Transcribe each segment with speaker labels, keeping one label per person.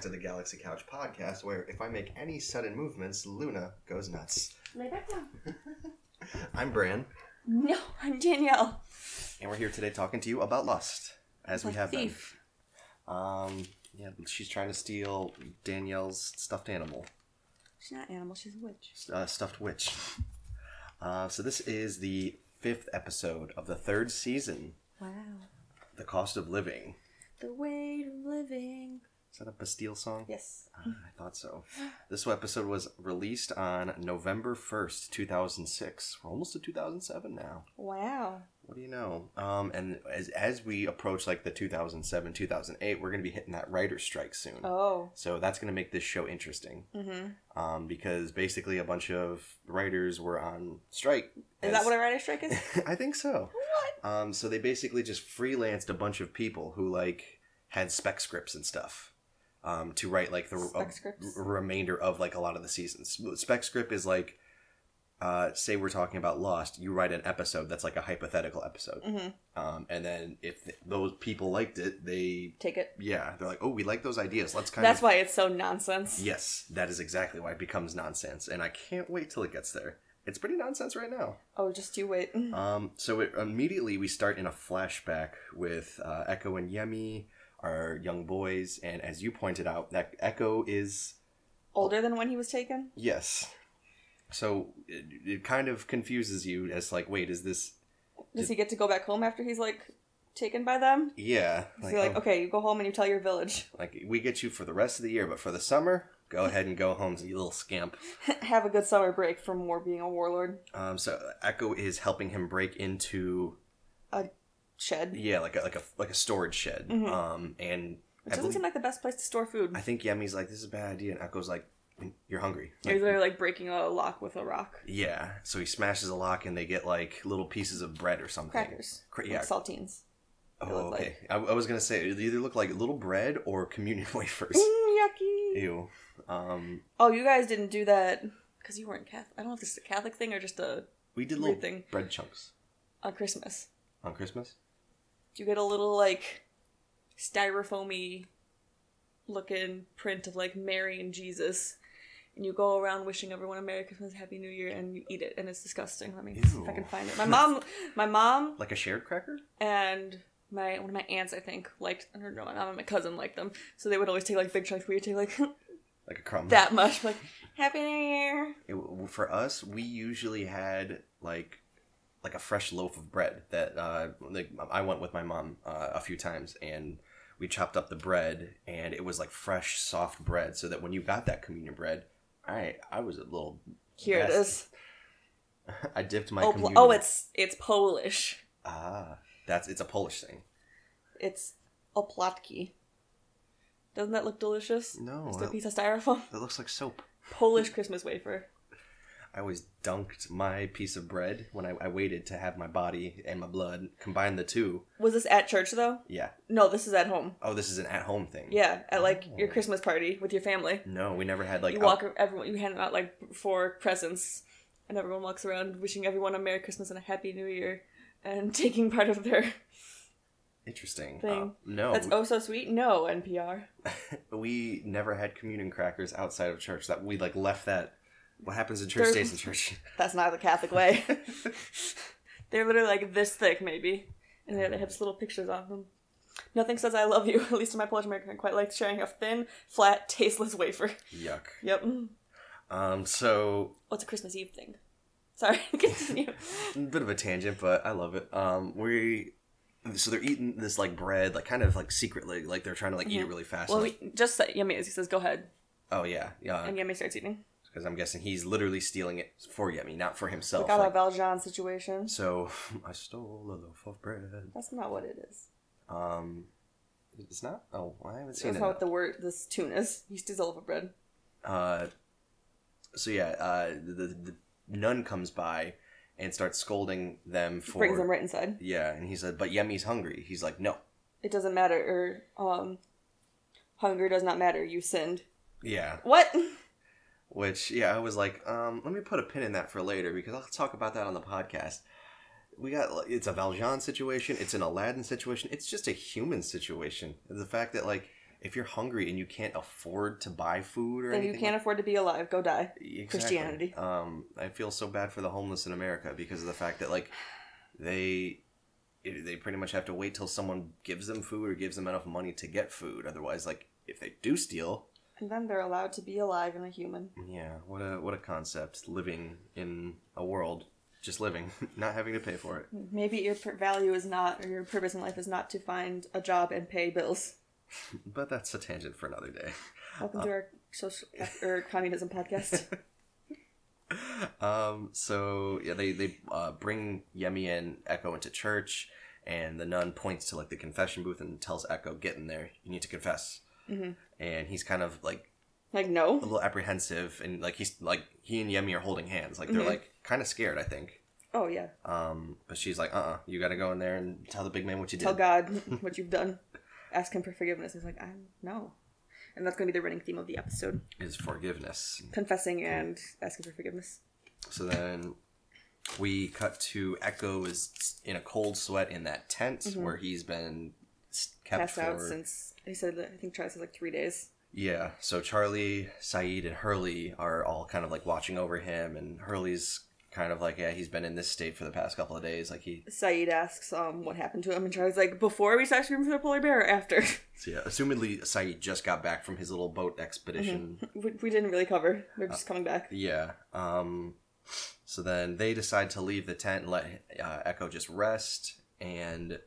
Speaker 1: to the Galaxy Couch podcast, where if I make any sudden movements, Luna goes nuts.
Speaker 2: Lay back down.
Speaker 1: I'm Bran,
Speaker 2: No, I'm Danielle.
Speaker 1: and we're here today talking to you about lust, as we
Speaker 2: The
Speaker 1: have been.
Speaker 2: thief.
Speaker 1: Um, yeah, she's trying to steal Danielle's stuffed animal,
Speaker 2: She's not an animal. She's a witch.
Speaker 1: uh, stuffed witch. Uh, so this is the fifth episode of the third season,
Speaker 2: Wow.
Speaker 1: "The Cost of Living."
Speaker 2: The weight of living.
Speaker 1: Is that a Bastille song?
Speaker 2: Yes.
Speaker 1: Ah, I thought so. This episode was released on November 1st, 2006. We're almost to 2007 now.
Speaker 2: Wow.
Speaker 1: What do you know? Um, and as, as we approach like the 2007, 2008, we're going to be hitting that writer's strike soon.
Speaker 2: Oh.
Speaker 1: So that's going to make this show interesting
Speaker 2: Mm-hmm.
Speaker 1: um, because basically a bunch of writers were on strike.
Speaker 2: Is that what a writer's strike is?
Speaker 1: I think so.
Speaker 2: what?
Speaker 1: Um, so they basically just freelanced a bunch of people who like had spec scripts and stuff um, to write like the
Speaker 2: Spec
Speaker 1: a-
Speaker 2: scripts?
Speaker 1: r- remainder of like a lot of the seasons. Spec script is like, uh, say we're talking about Lost, you write an episode that's like a hypothetical episode,
Speaker 2: Mm-hmm.
Speaker 1: um, and then if those people liked it, they
Speaker 2: Take it.
Speaker 1: yeah they're like oh we like those ideas let's kind
Speaker 2: That's
Speaker 1: of
Speaker 2: why it's so nonsense.
Speaker 1: yes that is exactly why it becomes nonsense and I can't wait till it gets there. It's pretty nonsense right now.
Speaker 2: Oh, just you wait.
Speaker 1: Um, so it, immediately we start in a flashback with uh, Echo and Yemi, our young boys, and as you pointed out, that Echo is
Speaker 2: Older than when he was taken.
Speaker 1: yes. So it, it kind of confuses you as like, wait, is this
Speaker 2: Does he get to go back home after he's like taken by them?
Speaker 1: yeah?
Speaker 2: Like, like,
Speaker 1: oh,
Speaker 2: okay, you go home and you tell your village.
Speaker 1: like we get you for the rest of the year, but for the summer, go ahead and go home, you little scamp.
Speaker 2: Have a good summer break from war being a warlord.
Speaker 1: Um, so Echo is helping him break into
Speaker 2: Shed.
Speaker 1: yeah, like a like a like a storage shed.
Speaker 2: Mhm.
Speaker 1: Um, and
Speaker 2: Which
Speaker 1: I
Speaker 2: doesn't
Speaker 1: believe-
Speaker 2: seem like the best place to store food.
Speaker 1: I think Yemi's like, this is a bad idea, and Echo's like, you're hungry.
Speaker 2: Or
Speaker 1: Like,
Speaker 2: they're like breaking a lock with a rock.
Speaker 1: Yeah, so he smashes a lock and they get like little pieces of bread or something.
Speaker 2: Crackers.
Speaker 1: Cra- yeah.
Speaker 2: Like saltines.
Speaker 1: oh,
Speaker 2: they look
Speaker 1: okay. I, I was gonna say it either look like little bread or communion wafers.
Speaker 2: Mm, yucky.
Speaker 1: Ew. Um,
Speaker 2: Oh, you guys didn't do that because you weren't Catholic. I don't know if this is a Catholic thing or just a
Speaker 1: we did
Speaker 2: weird
Speaker 1: little
Speaker 2: thing
Speaker 1: bread chunks
Speaker 2: on Christmas.
Speaker 1: on Christmas.
Speaker 2: You get a little like styrofoamy looking print of like Mary and Jesus, and you go around wishing everyone a Merry Christmas, Happy New Year, and you eat it, and it's disgusting. Let me see if I
Speaker 1: Ew.
Speaker 2: can find it. My mom, my mom,
Speaker 1: Like a shared cracker?
Speaker 2: and. My one of my aunts, I think, liked or no, not my cousin liked them, so they would always take like big chunks. We would take like
Speaker 1: Like a crumb.
Speaker 2: that much, like Happy New Year.
Speaker 1: It w- for us, we usually had like like a fresh loaf of bread that uh, like I went with my mom uh, a few times, and we chopped up the bread, and it was like fresh, soft bread, so that when you got that communion bread, I I was a little
Speaker 2: Here it
Speaker 1: Best.
Speaker 2: is.
Speaker 1: I dipped my
Speaker 2: oh, pl-
Speaker 1: communion.
Speaker 2: oh, it's it's Polish.
Speaker 1: ah, that's it's a Polish thing.
Speaker 2: It's oplatki. Doesn't that look delicious?
Speaker 1: No,
Speaker 2: Just a
Speaker 1: that,
Speaker 2: piece of styrofoam.
Speaker 1: that looks like soap.
Speaker 2: Polish Christmas wafer.
Speaker 1: I always dunked my piece of bread when I, I waited to have my body and my blood combine the two.
Speaker 2: Was this at church though?
Speaker 1: Yeah.
Speaker 2: No, this is at home.
Speaker 1: Oh, this is an at-home thing.
Speaker 2: Yeah, at like your
Speaker 1: Oh.
Speaker 2: Christmas party with your family.
Speaker 1: No, we never had like
Speaker 2: you
Speaker 1: out-
Speaker 2: walk everyone. You hand out like four presents, and everyone walks around wishing everyone a Merry Christmas and a Happy New Year, and taking part of their.
Speaker 1: Interesting.
Speaker 2: thing.
Speaker 1: Uh, no,
Speaker 2: That's oh so sweet. No NPR.
Speaker 1: we never had communion crackers outside of church. That we like left that. What happens in church
Speaker 2: There-
Speaker 1: stays in church.
Speaker 2: That's not the Catholic way. they're literally like this thick, maybe, and they they have just little pictures on them. Nothing says "I love you" at least in my Polish American. I quite like sharing a thin, flat, tasteless wafer.
Speaker 1: Yuck.
Speaker 2: Yep.
Speaker 1: Um. So
Speaker 2: What's a Christmas Eve thing? Sorry, continue.
Speaker 1: a bit of a tangent, but I love it. Um. We. So they're eating this like bread, like kind of like secretly, like they're trying to like eat it
Speaker 2: Mhm.
Speaker 1: really fast.
Speaker 2: well,
Speaker 1: like-
Speaker 2: we just say, Yummy as he says, "Go ahead,"
Speaker 1: oh yeah, yeah.
Speaker 2: and Yummy starts eating.
Speaker 1: Because I'm guessing he's literally stealing it for Yemi, not for
Speaker 2: We
Speaker 1: himself.
Speaker 2: got
Speaker 1: like-
Speaker 2: our Valjean situation.
Speaker 1: so I stole a loaf of bread.
Speaker 2: That's not what it is.
Speaker 1: Um. It's not. Oh, I haven't seen
Speaker 2: That's
Speaker 1: it.
Speaker 2: not what the word this tune is. He steals all of a bread.
Speaker 1: Uh, so yeah, uh, the, the, the nun comes by and starts scolding them for
Speaker 2: Brings him right inside.
Speaker 1: yeah, and he said, "But Yemi's hungry." He's like, "No,
Speaker 2: It doesn't matter. Or um, hunger does not matter. You sinned.
Speaker 1: yeah."
Speaker 2: What?
Speaker 1: Which yeah, I was like, um, "Let me put a pin in that for later because I'll talk about that on the podcast." We got like, it's a Valjean situation, it's an Aladdin situation, it's just a human situation. The fact that like if you're hungry and you can't afford to buy food or
Speaker 2: Then you
Speaker 1: anything,
Speaker 2: can't afford to be alive. Go die.
Speaker 1: Exactly.
Speaker 2: Christianity.
Speaker 1: Um, I feel so bad for the homeless in America because of the fact that like they it- they pretty much have to wait till someone gives them food or gives them enough money to get food. Otherwise, like if they do steal,
Speaker 2: And then they're allowed to be alive and a human.
Speaker 1: yeah, what a what a concept. Living in a world, just living, not having to pay for it.
Speaker 2: Maybe your pur- value is not, or your purpose in life is not to find a job and pay bills.
Speaker 1: But that's a tangent for another day.
Speaker 2: Welcome
Speaker 1: Uh.
Speaker 2: to our social uh, or communism podcast.
Speaker 1: Um, so yeah, they they uh, bring Yemi and Echo into church, and the nun points to like the confession booth and tells Echo, "Get in there. You need to confess."
Speaker 2: Mhm.
Speaker 1: And he's kind of like
Speaker 2: Like
Speaker 1: a
Speaker 2: no.
Speaker 1: little apprehensive, and like he's like he and Yemi are holding hands, like they're
Speaker 2: Mhm.
Speaker 1: like kind of scared, I think.
Speaker 2: Oh yeah.
Speaker 1: Um, but she's like, "Uh, uh you got to go in there and tell the big man what you
Speaker 2: Tell
Speaker 1: did."
Speaker 2: God what you've done. Ask Him for forgiveness. He's like, I no. And that's going to be the running theme of the episode:
Speaker 1: Is forgiveness.
Speaker 2: confessing and asking for forgiveness.
Speaker 1: So then we cut to Echo is in a cold sweat in that tent
Speaker 2: Mhm.
Speaker 1: where he's been s- kept
Speaker 2: Passed
Speaker 1: for
Speaker 2: out since he said that- I think Travis said like three days.
Speaker 1: Yeah, so Charlie, Saeed, and Hurley are all kind of like watching over him, and Hurley's kind of like, yeah, he's been in this state for the past couple of days. Like he,
Speaker 2: Saeed asks, um, what happened to him, and Charlie's like, before we saw scream for the polar bear, or after.
Speaker 1: so yeah, assumedly Saeed just got back from his little boat expedition.
Speaker 2: we, we didn't really cover. We're
Speaker 1: Uh,
Speaker 2: just coming back.
Speaker 1: Yeah. Um. So then they decide to leave the tent and let uh, Echo just rest, and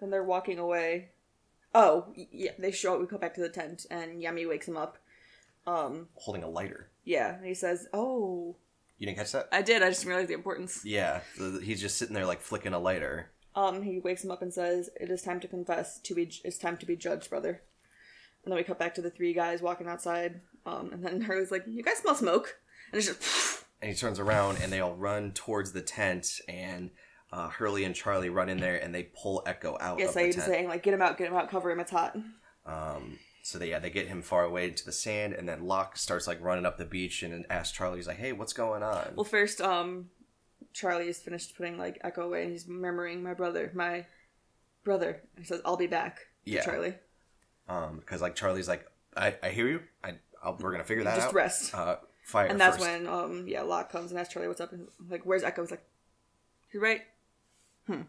Speaker 2: Then they're walking away. Oh y- yeah, they show up. We go back to the tent, and Yami wakes him up. Um,
Speaker 1: holding a lighter.
Speaker 2: yeah, and he says, "Oh,
Speaker 1: You didn't catch that?
Speaker 2: I did. I just didn't realize the importance.
Speaker 1: Yeah. So th- he's just sitting there like flicking a lighter.
Speaker 2: Um, he wakes him up and says, "It is time to confess. To be, it's time to be judged, brother." And then we cut back to the three guys walking outside. Um, and then Hurley's like, "You guys smell smoke," and it's just
Speaker 1: and he turns around and they all run towards the tent and uh, Hurley and Charlie run in there and they pull Echo out
Speaker 2: yes,
Speaker 1: of
Speaker 2: I
Speaker 1: the
Speaker 2: used to
Speaker 1: tent.
Speaker 2: saying like, "Get him out, get him out, cover him. It's hot."
Speaker 1: Um, so they yeah they get him far away into the sand and then Locke starts like running up the beach and asks Charlie he's like hey what's going on
Speaker 2: Well, first, um, Charlie is finished putting like Echo away, and he's murmuring, "My brother, my brother." And he says, "I'll be back." to
Speaker 1: Yeah.
Speaker 2: Charlie,
Speaker 1: um because like Charlie's like I, I hear you I I'll, we're gonna figure that
Speaker 2: just
Speaker 1: out
Speaker 2: rest.
Speaker 1: uh fire
Speaker 2: and that's
Speaker 1: first.
Speaker 2: when, um, yeah, Locke comes and asks Charlie, "What's up?" And like, "Where's Echo?" He's like, "He's right.
Speaker 1: and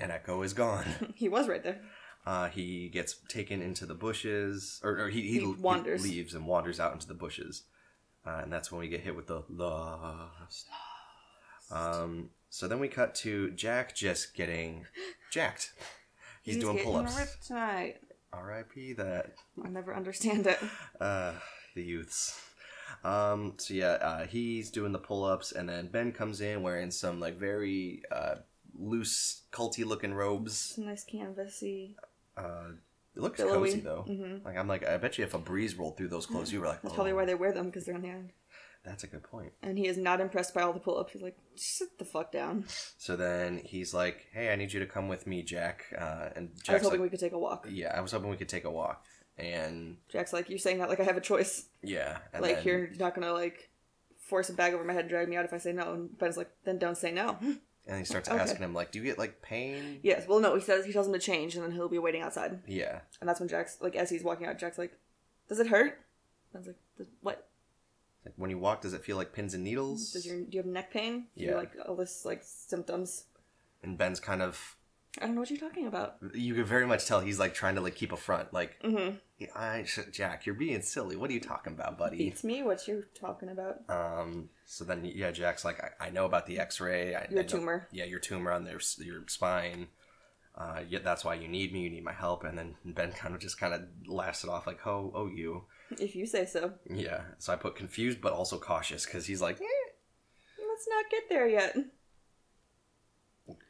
Speaker 1: Echo is gone
Speaker 2: He was right there."
Speaker 1: uh he gets taken into the bushes or, or he, he
Speaker 2: He
Speaker 1: he
Speaker 2: wanders.
Speaker 1: leaves and wanders out into the bushes uh, and that's when we get hit with the lost Um, so then we cut to Jack just getting jacked. He's, doing
Speaker 2: getting
Speaker 1: pull ups.
Speaker 2: ripped tonight.
Speaker 1: R.I.P. that.
Speaker 2: I never understand it.
Speaker 1: Uh, the youths. Um, so yeah, uh, he's doing the pull ups, and then Ben comes in wearing some like very uh, loose, culty looking robes.
Speaker 2: It's a nice canvasy,
Speaker 1: Uh, it looks
Speaker 2: billowy.
Speaker 1: cozy though.
Speaker 2: hmm
Speaker 1: Like I'm like I bet you if a breeze rolled through those clothes, you were like,
Speaker 2: That's
Speaker 1: "Oh,
Speaker 2: probably why they wear them because they're on the island.
Speaker 1: that's a good point.
Speaker 2: And he is not impressed by all the pull-ups. He's like, "Sit the fuck down."
Speaker 1: So then he's like, hey, I need you to come with me, Jack. Uh, and
Speaker 2: I was
Speaker 1: Jack's
Speaker 2: hoping
Speaker 1: like,
Speaker 2: we could take a walk.
Speaker 1: yeah, I was hoping we could take a walk. And
Speaker 2: Jack's like, "You're saying that like I have a choice.
Speaker 1: yeah, and
Speaker 2: like
Speaker 1: then-
Speaker 2: you're not gonna like force a bag over my head and drag me out if I say no." And Ben's like, "Then don't say no."
Speaker 1: And he starts
Speaker 2: Okay.
Speaker 1: asking him, like, do you get, like, pain?
Speaker 2: yes. Well, no. He says he tells him to change, and then he'll be waiting outside.
Speaker 1: Yeah.
Speaker 2: And that's when Jack's like, as he's walking out, Jack's like, "Does it hurt?" Ben's like, "Does- "What?
Speaker 1: Like, when you walk, does it feel like pins and needles?
Speaker 2: Does your do you have neck pain? Do you,
Speaker 1: Yeah.
Speaker 2: like all this like symptoms."
Speaker 1: And Ben's kind of,
Speaker 2: I don't know what you're talking about.
Speaker 1: you can very much tell he's, like, trying to, like, keep a front. Like,
Speaker 2: Mm-hmm.
Speaker 1: I, sh- Jack, you're being silly. What are you talking about, buddy?
Speaker 2: beats me what you're talking about.
Speaker 1: Um, so then, yeah, Jack's like, I, I know about the x-ray. I,
Speaker 2: Your
Speaker 1: I know-
Speaker 2: tumor.
Speaker 1: Yeah, your tumor on their, s- your spine. Uh, yeah, that's why you need me. You need my help. And then Ben kind of just kind of laughs it off, like, oh, oh, you.
Speaker 2: If you say so.
Speaker 1: Yeah. So I put confused, but also cautious, because he's like, eh,
Speaker 2: Let's not get there yet.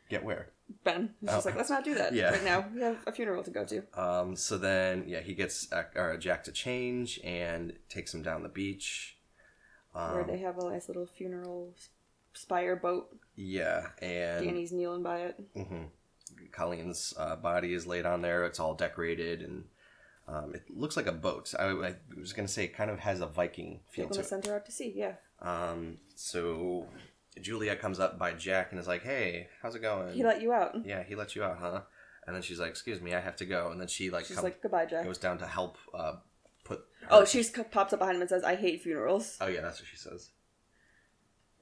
Speaker 1: get where?
Speaker 2: Ben. He's just
Speaker 1: Oh.
Speaker 2: like, let's not do that
Speaker 1: Yeah.
Speaker 2: right now. We have a funeral to go to.
Speaker 1: Um, so then, yeah, he gets uh, or Jack to change and takes him down the beach.
Speaker 2: where
Speaker 1: Um,
Speaker 2: they have a nice little funeral s- spire boat.
Speaker 1: yeah, and
Speaker 2: Danny's kneeling by it.
Speaker 1: mhm. Colleen's uh, body is laid on there. It's all decorated and um, it looks like a boat. I, I was gonna say it kind of has a Viking feel
Speaker 2: People
Speaker 1: to
Speaker 2: to
Speaker 1: it.
Speaker 2: send her out to sea, yeah.
Speaker 1: Um, so Juliet comes up by Jack and is like, "Hey, how's it going?"
Speaker 2: He let you out.
Speaker 1: yeah, he let you out, huh? And then she's like, "Excuse me, I have to go." And then she like,
Speaker 2: She's
Speaker 1: come-
Speaker 2: like, goodbye, Jack.
Speaker 1: goes down to help uh, put.
Speaker 2: Oh,
Speaker 1: her-
Speaker 2: she just co- pops up behind him and says, I hate funerals.
Speaker 1: Oh yeah, that's what she says.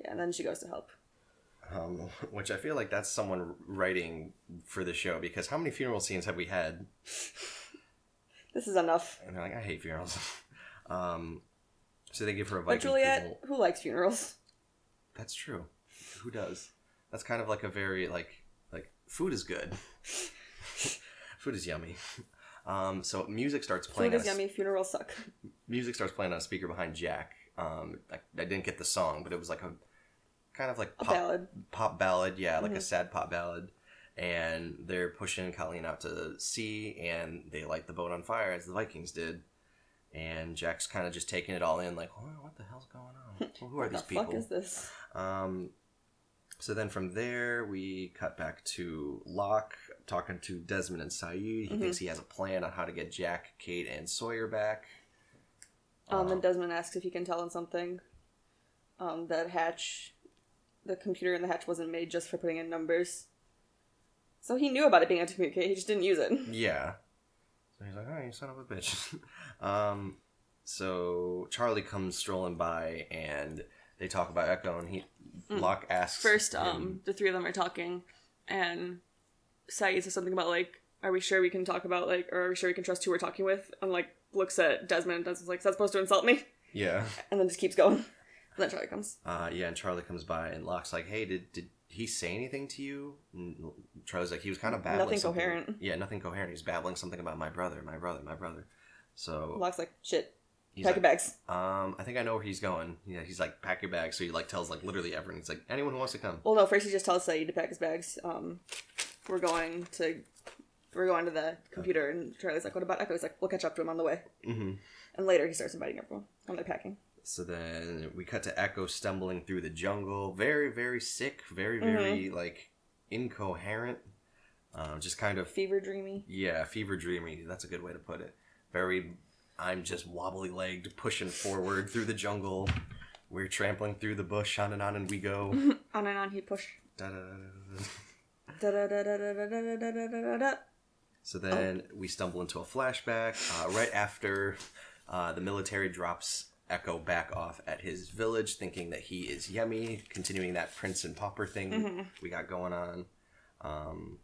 Speaker 2: Yeah, and then she goes to help.
Speaker 1: Um, which I feel like that's someone writing for the show because how many funeral scenes have we had?
Speaker 2: This is enough.
Speaker 1: And they're like, I hate funerals. um, so they give her a Viking
Speaker 2: But Juliet,
Speaker 1: funeral.
Speaker 2: who likes funerals?
Speaker 1: That's true. Who does? That's kind of like a very like like food is good. food is yummy. Um, so music starts playing.
Speaker 2: Food is
Speaker 1: on a s-
Speaker 2: yummy, funerals suck.
Speaker 1: music starts playing on a speaker behind Jack. Um, I, I didn't get the song, but it was like a kind of like
Speaker 2: A
Speaker 1: pop
Speaker 2: ballad.
Speaker 1: pop ballad, yeah, like a
Speaker 2: Mhm.
Speaker 1: sad pop ballad. And they're pushing Colleen out to sea, and they light the boat on fire as the Vikings did. And Jack's kind of just taking it all in, like, oh, what the hell's going on? Well, who are
Speaker 2: What the
Speaker 1: these people?
Speaker 2: fuck is this?
Speaker 1: Um, so then from there, we cut back to Locke talking to Desmond and Saeed. He
Speaker 2: Mhm.
Speaker 1: thinks he has a plan on how to get Jack, Kate, and Sawyer back.
Speaker 2: Um,
Speaker 1: Uh,
Speaker 2: and Desmond asks if he can tell him something. Um, that hatch, the computer in the hatch wasn't made just for putting in numbers. So he knew about it being able to communicate, he just didn't use it.
Speaker 1: Yeah. So he's like, oh, you son of a bitch. um, so Charlie comes strolling by and they talk about Echo and he
Speaker 2: Mm.
Speaker 1: Locke asks
Speaker 2: First,
Speaker 1: him-
Speaker 2: um, the three of them are talking, and Saeed says something about, like, are we sure we can talk about, like, or are we sure we can trust who we're talking with? And, like, looks at Desmond, and Desmond's like, is that supposed to insult me?
Speaker 1: Yeah.
Speaker 2: And then just keeps going. And then Charlie comes.
Speaker 1: Uh, yeah, and Charlie comes by and Locke's like, hey, did did he say anything to you? And Charlie's like, he was kind of babbling.
Speaker 2: Nothing
Speaker 1: something-
Speaker 2: coherent.
Speaker 1: Yeah, nothing coherent. He's babbling something about my brother, my brother, my brother. So
Speaker 2: Locke's like, shit,
Speaker 1: he's
Speaker 2: pack
Speaker 1: like,
Speaker 2: your bags.
Speaker 1: um, I think I know where he's going. Yeah, he's like, pack your bags. So he like tells like literally everyone. He's like, anyone who wants to come.
Speaker 2: Well, no. First, he just tells Saeed to pack his bags. Um, we're going to we're going to the computer, and Charlie's like, "What about Echo?" He's like, "We'll catch up to him on the way."
Speaker 1: Mm-hmm.
Speaker 2: And later, he starts inviting everyone on their packing.
Speaker 1: So then we cut to Echo stumbling through the jungle, very, very sick, very, very
Speaker 2: Mm-hmm.
Speaker 1: like incoherent, um, just kind of
Speaker 2: Fever dreamy.
Speaker 1: yeah, fever dreamy. That's a good way to put it. Very, I'm just wobbly legged, pushing forward through the jungle. We're trampling through the bush, on and on, and we go.
Speaker 2: On and on he push.
Speaker 1: Da, da, da, da, da, da.
Speaker 2: Da da da da da da da da da da da.
Speaker 1: So then we stumble into a flashback uh, right after uh, the military drops Echo back off at his village, thinking that he is Yemi, continuing that prince and pauper thing we got going on. Um,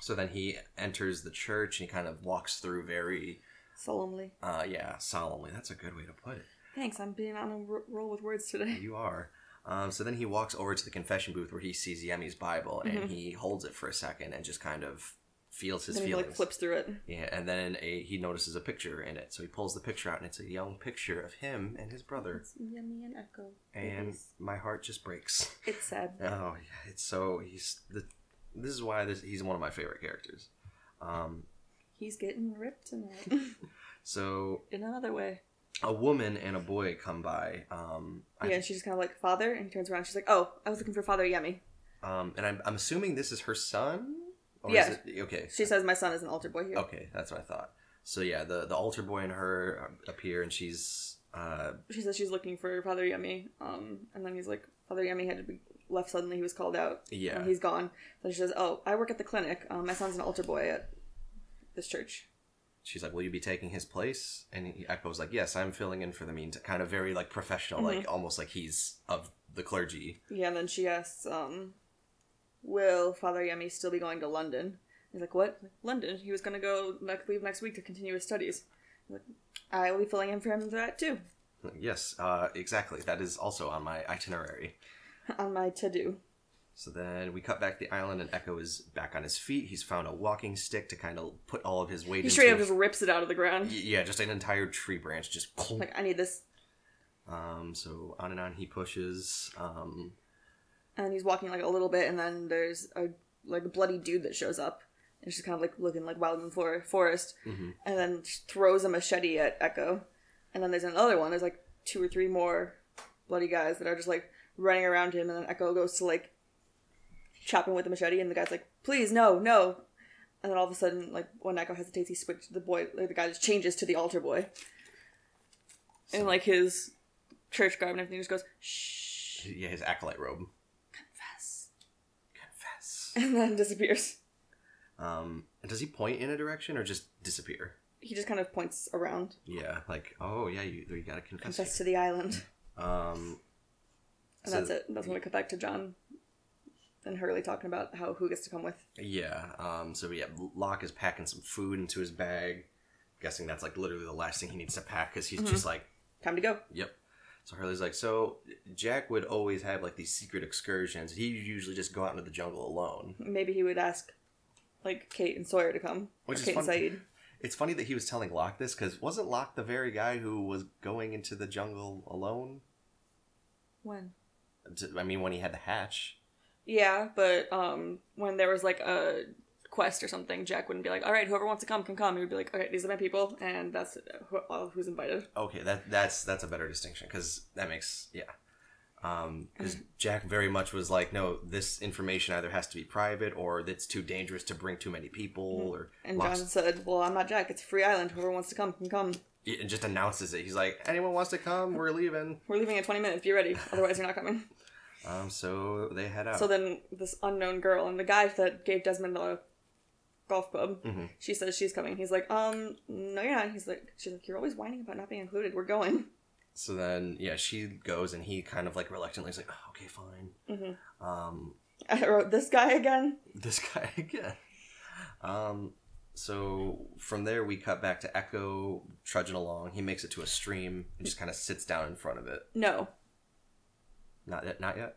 Speaker 1: so then he enters the church and he kind of walks through very,
Speaker 2: Solemnly.
Speaker 1: uh, yeah, solemnly. That's a good way to put it.
Speaker 2: Thanks. I'm being on a ro- roll with words today.
Speaker 1: You are. Um, so then he walks over to the confession booth where he sees Yemi's Bible and
Speaker 2: Mhm.
Speaker 1: he holds it for a second and just kind of feels his
Speaker 2: then he
Speaker 1: feelings.
Speaker 2: like flips through it.
Speaker 1: Yeah, and then a, he notices a picture in it, so he pulls the picture out, and it's a young picture of him and his brother.
Speaker 2: It's yummy and Echo.
Speaker 1: And
Speaker 2: It is-
Speaker 1: my heart just breaks.
Speaker 2: it's sad.
Speaker 1: Oh, yeah, it's so he's the. This is why this, he's one of my favorite characters. Um,
Speaker 2: He's getting ripped tonight.
Speaker 1: so
Speaker 2: In another way.
Speaker 1: a woman and a boy come by. Um, I,
Speaker 2: Yeah, she's kind of like father, and he turns around. She's like, "Oh, I was looking for Father Yummy."
Speaker 1: um, and I'm, I'm assuming this is her son. Or
Speaker 2: Yeah.
Speaker 1: Is it, okay.
Speaker 2: She says, "My son is an altar boy here."
Speaker 1: okay, that's what I thought. So yeah, the the altar boy and her um, appear, and she's uh,
Speaker 2: she says she's looking for Father Yummy. Um, and then he's like, Father Yummy had to be left suddenly. He was called out.
Speaker 1: yeah.
Speaker 2: And he's gone. So she says, Oh, I work at the clinic. Um, my son's an altar boy at this church.
Speaker 1: she's like, "Will you be taking his place?" And he echoes like, "Yes, I'm filling in for the meantime." Kind of very like professional,
Speaker 2: Mm-hmm.
Speaker 1: like almost like he's of the clergy.
Speaker 2: Yeah, and then she asks, um, Will Father Yummy still be going to London? He's like, What? London? He was going to go like, leave next week to continue his studies. He's like, I will be filling in for him for that too,
Speaker 1: Yes, uh, exactly. That is also on my itinerary.
Speaker 2: on my to do.
Speaker 1: So then we cut back the island, and Echo is back on his feet. He's found a walking stick to kind of put all of his weight.
Speaker 2: He straight up
Speaker 1: into.
Speaker 2: just rips it out of the
Speaker 1: Y-
Speaker 2: ground.
Speaker 1: yeah, just an entire tree branch, just.
Speaker 2: Like, I need this.
Speaker 1: Um. So on and on he pushes. Um.
Speaker 2: and he's walking like a little bit, and then there's a like a bloody dude that shows up, and she's kind of like looking like wild in the for- forest,
Speaker 1: mhm.
Speaker 2: and then she throws a machete at Echo, and then there's another one. There's like two or three more bloody guys that are just like running around him, and then Echo goes to like chop him with the machete, and the guy's like, "Please, no, no." And then all of a sudden, like when Echo hesitates, he switches the boy. Like the guy just changes to the altar boy, and like his church garb and everything just goes shh,
Speaker 1: Yeah, his acolyte robe.
Speaker 2: confess,
Speaker 1: Confess.
Speaker 2: and then disappears.
Speaker 1: Um, and does he point in a direction or just disappear?
Speaker 2: He just kind of points around,
Speaker 1: Yeah, like oh yeah, you, you gotta confess.
Speaker 2: confess to the island,
Speaker 1: here. Um,
Speaker 2: and
Speaker 1: so-
Speaker 2: that's it. That's when we cut back to John and Hurley talking about how who gets to come with.
Speaker 1: Yeah. Um, so yeah, Locke is packing some food into his bag. guessing that's like literally the last thing he needs to pack because he's just like,
Speaker 2: Time to go.
Speaker 1: yep. So Hurley's like, so Jack would always have like these secret excursions. He would usually just go out into the jungle alone.
Speaker 2: Maybe he would ask, like Kate and Sawyer to come,
Speaker 1: Which
Speaker 2: or
Speaker 1: is
Speaker 2: Kate and
Speaker 1: fun-
Speaker 2: Saeed.
Speaker 1: It's funny that he was telling Locke this because wasn't Locke the very guy who was going into the jungle alone?
Speaker 2: When?
Speaker 1: To- I mean, when he had the hatch.
Speaker 2: Yeah, but um, when there was like a quest or something, Jack wouldn't be like, "All right, whoever wants to come can come." He would be like, "Okay, these are my people, and that's who, all who's invited."
Speaker 1: Okay, that that's that's a better distinction because that makes yeah. Um, 'cause Jack very much was like, no, this information either has to be private or it's too dangerous to bring too many people, or
Speaker 2: Mm-hmm. And
Speaker 1: Locke's-
Speaker 2: John said, "Well, I'm not Jack. It's a free island. Whoever wants to come can come.
Speaker 1: yeah, and just announces it. He's like, anyone wants to come, we're leaving.
Speaker 2: We're leaving in 20 minutes. Be ready. Otherwise, you're not coming."
Speaker 1: Um, so they head out.
Speaker 2: So then this unknown girl and the guy that gave Desmond the golf club,
Speaker 1: Mhm.
Speaker 2: she says she's coming. He's like, "Um, no, you're not." He's like, "She's like, you're always whining about not being included. We're going."
Speaker 1: So then, yeah, she goes, and he kind of like reluctantly is like, oh, okay, fine.
Speaker 2: Mhm.
Speaker 1: Um,
Speaker 2: I wrote this guy again.
Speaker 1: this guy again. Um, so from there, we cut back to Echo trudging along. He makes it to a stream and just kind of sits down in front of it.
Speaker 2: No,
Speaker 1: Not yet. Not yet.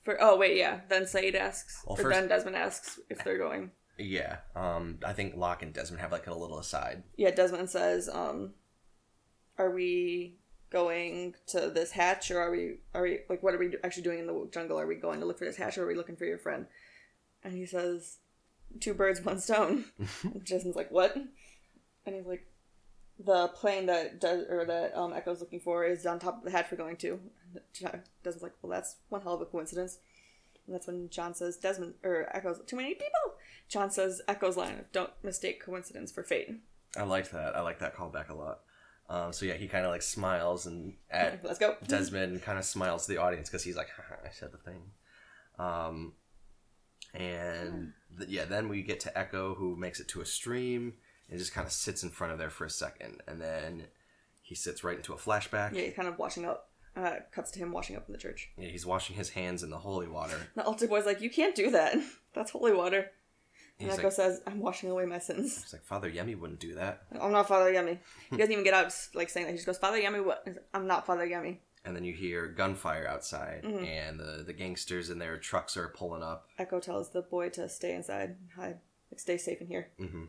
Speaker 2: For oh wait, yeah. Then Said asks,
Speaker 1: Well,
Speaker 2: or
Speaker 1: first-
Speaker 2: then Desmond asks if they're going.
Speaker 1: Yeah. Um, I think Locke and Desmond have like a little aside.
Speaker 2: Yeah, Desmond says, um, "Are we going to this hatch, or are we are we like what are we actually doing in the jungle? Are we going to look for this hatch, or are we looking for your friend?" And he says, two birds, one stone." And Desmond's like, "What?" And he's like, "The plane that does or that um, Echo's looking for is on top of the hatch we're going to." And John- Desmond's like, "Well, that's one hell of a coincidence." And that's when John says, "Desmond or Echo's too many people." John says, "Echo's line of don't mistake coincidence for fate."
Speaker 1: I liked that. I like that callback a lot. Um, so yeah, he kind of like smiles and at
Speaker 2: Let's go.
Speaker 1: Desmond kind of smiles to the audience because he's like, Haha, I said the thing. Um, and th- yeah, then we get to Echo who makes it to a stream and just kind of sits in front of there for a second, and then he sits right into a flashback.
Speaker 2: Yeah, he's kind of washing up. Uh, cuts to him washing up in the church.
Speaker 1: Yeah, he's washing his hands in the holy water.
Speaker 2: The altar boy's like, "You can't do that. That's holy water." And
Speaker 1: He's
Speaker 2: Echo
Speaker 1: like,
Speaker 2: says, "I'm washing away my sins.
Speaker 1: he's like, Father Yemi wouldn't do that.
Speaker 2: I'm not Father Yummy." He doesn't even get out like saying that. He just goes, "Father Yummy, what?" He's like, I'm not Father Yummy.
Speaker 1: and then you hear gunfire outside
Speaker 2: Mhm.
Speaker 1: and the, the gangsters in their trucks are pulling up
Speaker 2: Echo tells the boy to stay inside and hide, like stay safe in here.
Speaker 1: hmm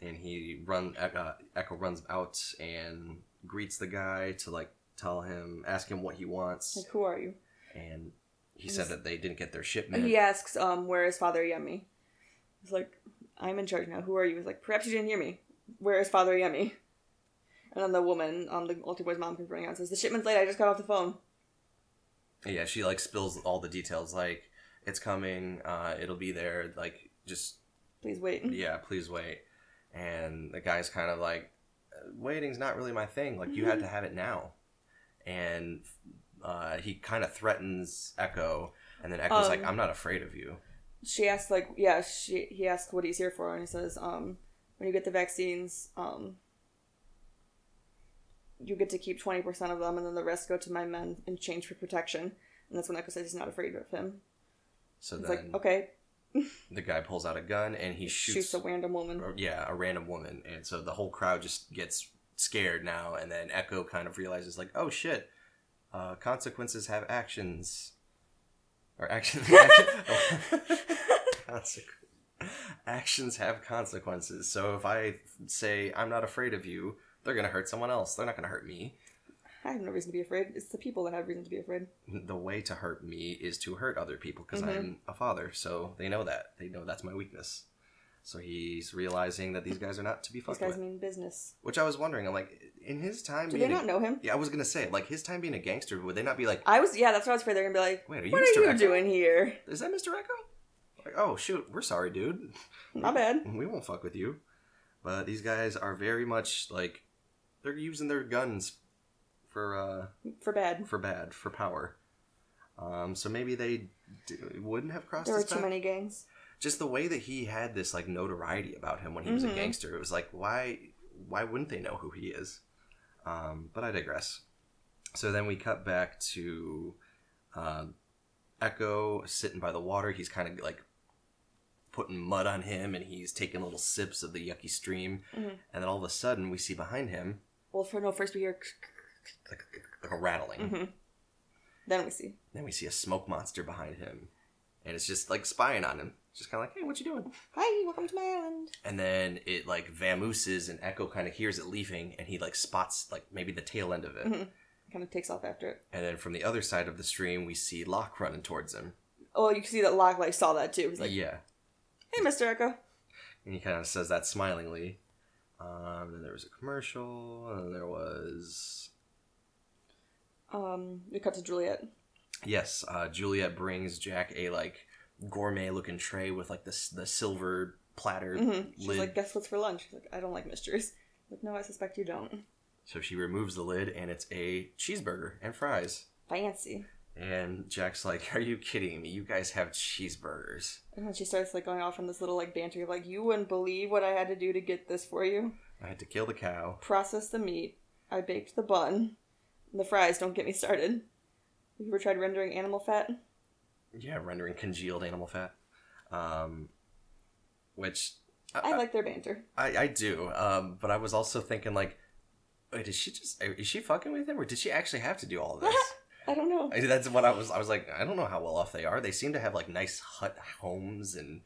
Speaker 1: and he run uh, echo runs out and greets the guy to like tell him ask him what he wants
Speaker 2: Like, who are you?
Speaker 1: and he said that they didn't get their shipment
Speaker 2: And he asks, um, "Where is Father Yummy?" He's like, "I'm in charge now. Who are you?" He's like, "Perhaps you didn't hear me. Where is Father Yummy?" And then the woman, um, the altar boy's mom, comes running out and says, "The shipment's late. I just got off the phone."
Speaker 1: yeah she like spills all the details like it's coming uh, it'll be there like just
Speaker 2: Please wait.
Speaker 1: yeah please wait and the guy's kind of like "Uh, waiting's not really my thing like you had
Speaker 2: Mm-hmm.
Speaker 1: to have it now and uh, he kind of threatens echo and then echo's like
Speaker 2: Um,
Speaker 1: i'm not afraid of you
Speaker 2: she asks like yeah she he asks what he's here for and he says um when you get the vaccines um you get to keep 20% of them and then the rest go to my men in change for protection and that's when echo says he's not afraid of him
Speaker 1: so
Speaker 2: it's
Speaker 1: then
Speaker 2: like okay
Speaker 1: the guy pulls out a gun and he
Speaker 2: shoots,
Speaker 1: shoots,
Speaker 2: a random woman
Speaker 1: or- yeah a random woman and so the whole crowd just gets scared now and then echo kind of realizes like oh shit uh, consequences have actions or actions consequences. Actions have consequences. So if I say I'm not afraid of you, they're gonna hurt someone else. They're not gonna hurt me.
Speaker 2: i have no reason to be afraid it's the people that have reason to be afraid
Speaker 1: The way to hurt me is to hurt other people because
Speaker 2: Mhm.
Speaker 1: I'm a father. So they know that. They know that's my weakness. So he's realizing that these guys are not to be
Speaker 2: these
Speaker 1: fucked
Speaker 2: guys
Speaker 1: with.
Speaker 2: mean business
Speaker 1: Which I was wondering. I'm like, in his time
Speaker 2: do they
Speaker 1: being, a-
Speaker 2: not know him
Speaker 1: yeah, I was gonna say like his time being a gangster, would they not be like,
Speaker 2: i was yeah that's what i was afraid they're gonna be like
Speaker 1: wait, are you
Speaker 2: what
Speaker 1: Mr.
Speaker 2: are you
Speaker 1: Echo?
Speaker 2: doing here
Speaker 1: Is that Mr. Echo? Like, oh shoot, we're sorry, dude.
Speaker 2: my bad
Speaker 1: we won't fuck with you. But these guys are very much like they're using their guns for uh
Speaker 2: for bad
Speaker 1: for bad for power. Um, so maybe they d- wouldn't have crossed
Speaker 2: there were
Speaker 1: this
Speaker 2: too
Speaker 1: path.
Speaker 2: many gangs
Speaker 1: just the way that he had this like notoriety about him when he was a
Speaker 2: Mhm.
Speaker 1: gangster. It was like why why wouldn't they know who he is? Um, but I digress. So then we cut back to uh, Echo sitting by the water. He's kind of like putting mud on him, and he's taking little sips of the yucky stream.
Speaker 2: Mhm.
Speaker 1: And then all of a sudden, we see behind him
Speaker 2: Well, for no, first we hear.
Speaker 1: like, like a rattling.
Speaker 2: hmm Then we see.
Speaker 1: Then we see a smoke monster behind him, and it's just like spying on him. It's just kind of like, hey, what you doing?
Speaker 2: Hi, welcome to my island.
Speaker 1: and then it like vamooses and echo kind of hears it leaving and he like spots like maybe the tail end of it
Speaker 2: Mhm. Kind of takes off after it.
Speaker 1: and then from the other side of the stream we see Locke running towards him
Speaker 2: Oh, you can see that Locke like saw that too. He's like,
Speaker 1: yeah
Speaker 2: "Hey, Mister Echo."
Speaker 1: and he kind of says that smilingly um then there was a commercial and then there was
Speaker 2: Um, we cut to Juliet.
Speaker 1: yes uh juliet brings jack a like gourmet looking tray with like this the silver platter
Speaker 2: hmm She's
Speaker 1: lid
Speaker 2: like, "Guess what's for lunch?" She's like, "I don't like mysteries." Like, no, I suspect you don't.
Speaker 1: so she removes the lid and it's a cheeseburger and fries
Speaker 2: Fancy.
Speaker 1: and jack's like are you kidding me you guys have cheeseburgers
Speaker 2: And then she starts like going off on this little like banter, like, "You wouldn't believe what I had to do to get this for you.
Speaker 1: I had to kill the cow.
Speaker 2: Process the meat. I baked the bun. The fries. Don't get me started. Have you ever tried rendering animal fat?
Speaker 1: Yeah, rendering congealed animal fat. Um, which I,
Speaker 2: I
Speaker 1: I,
Speaker 2: like their banter.
Speaker 1: I, do. Um, but I was also thinking like, wait, is she just is she fucking with him, or did she actually have to do all this?
Speaker 2: I don't know.
Speaker 1: I, that's what I was. I was like, I don't know how well off they are. They seem to have like nice hut homes, and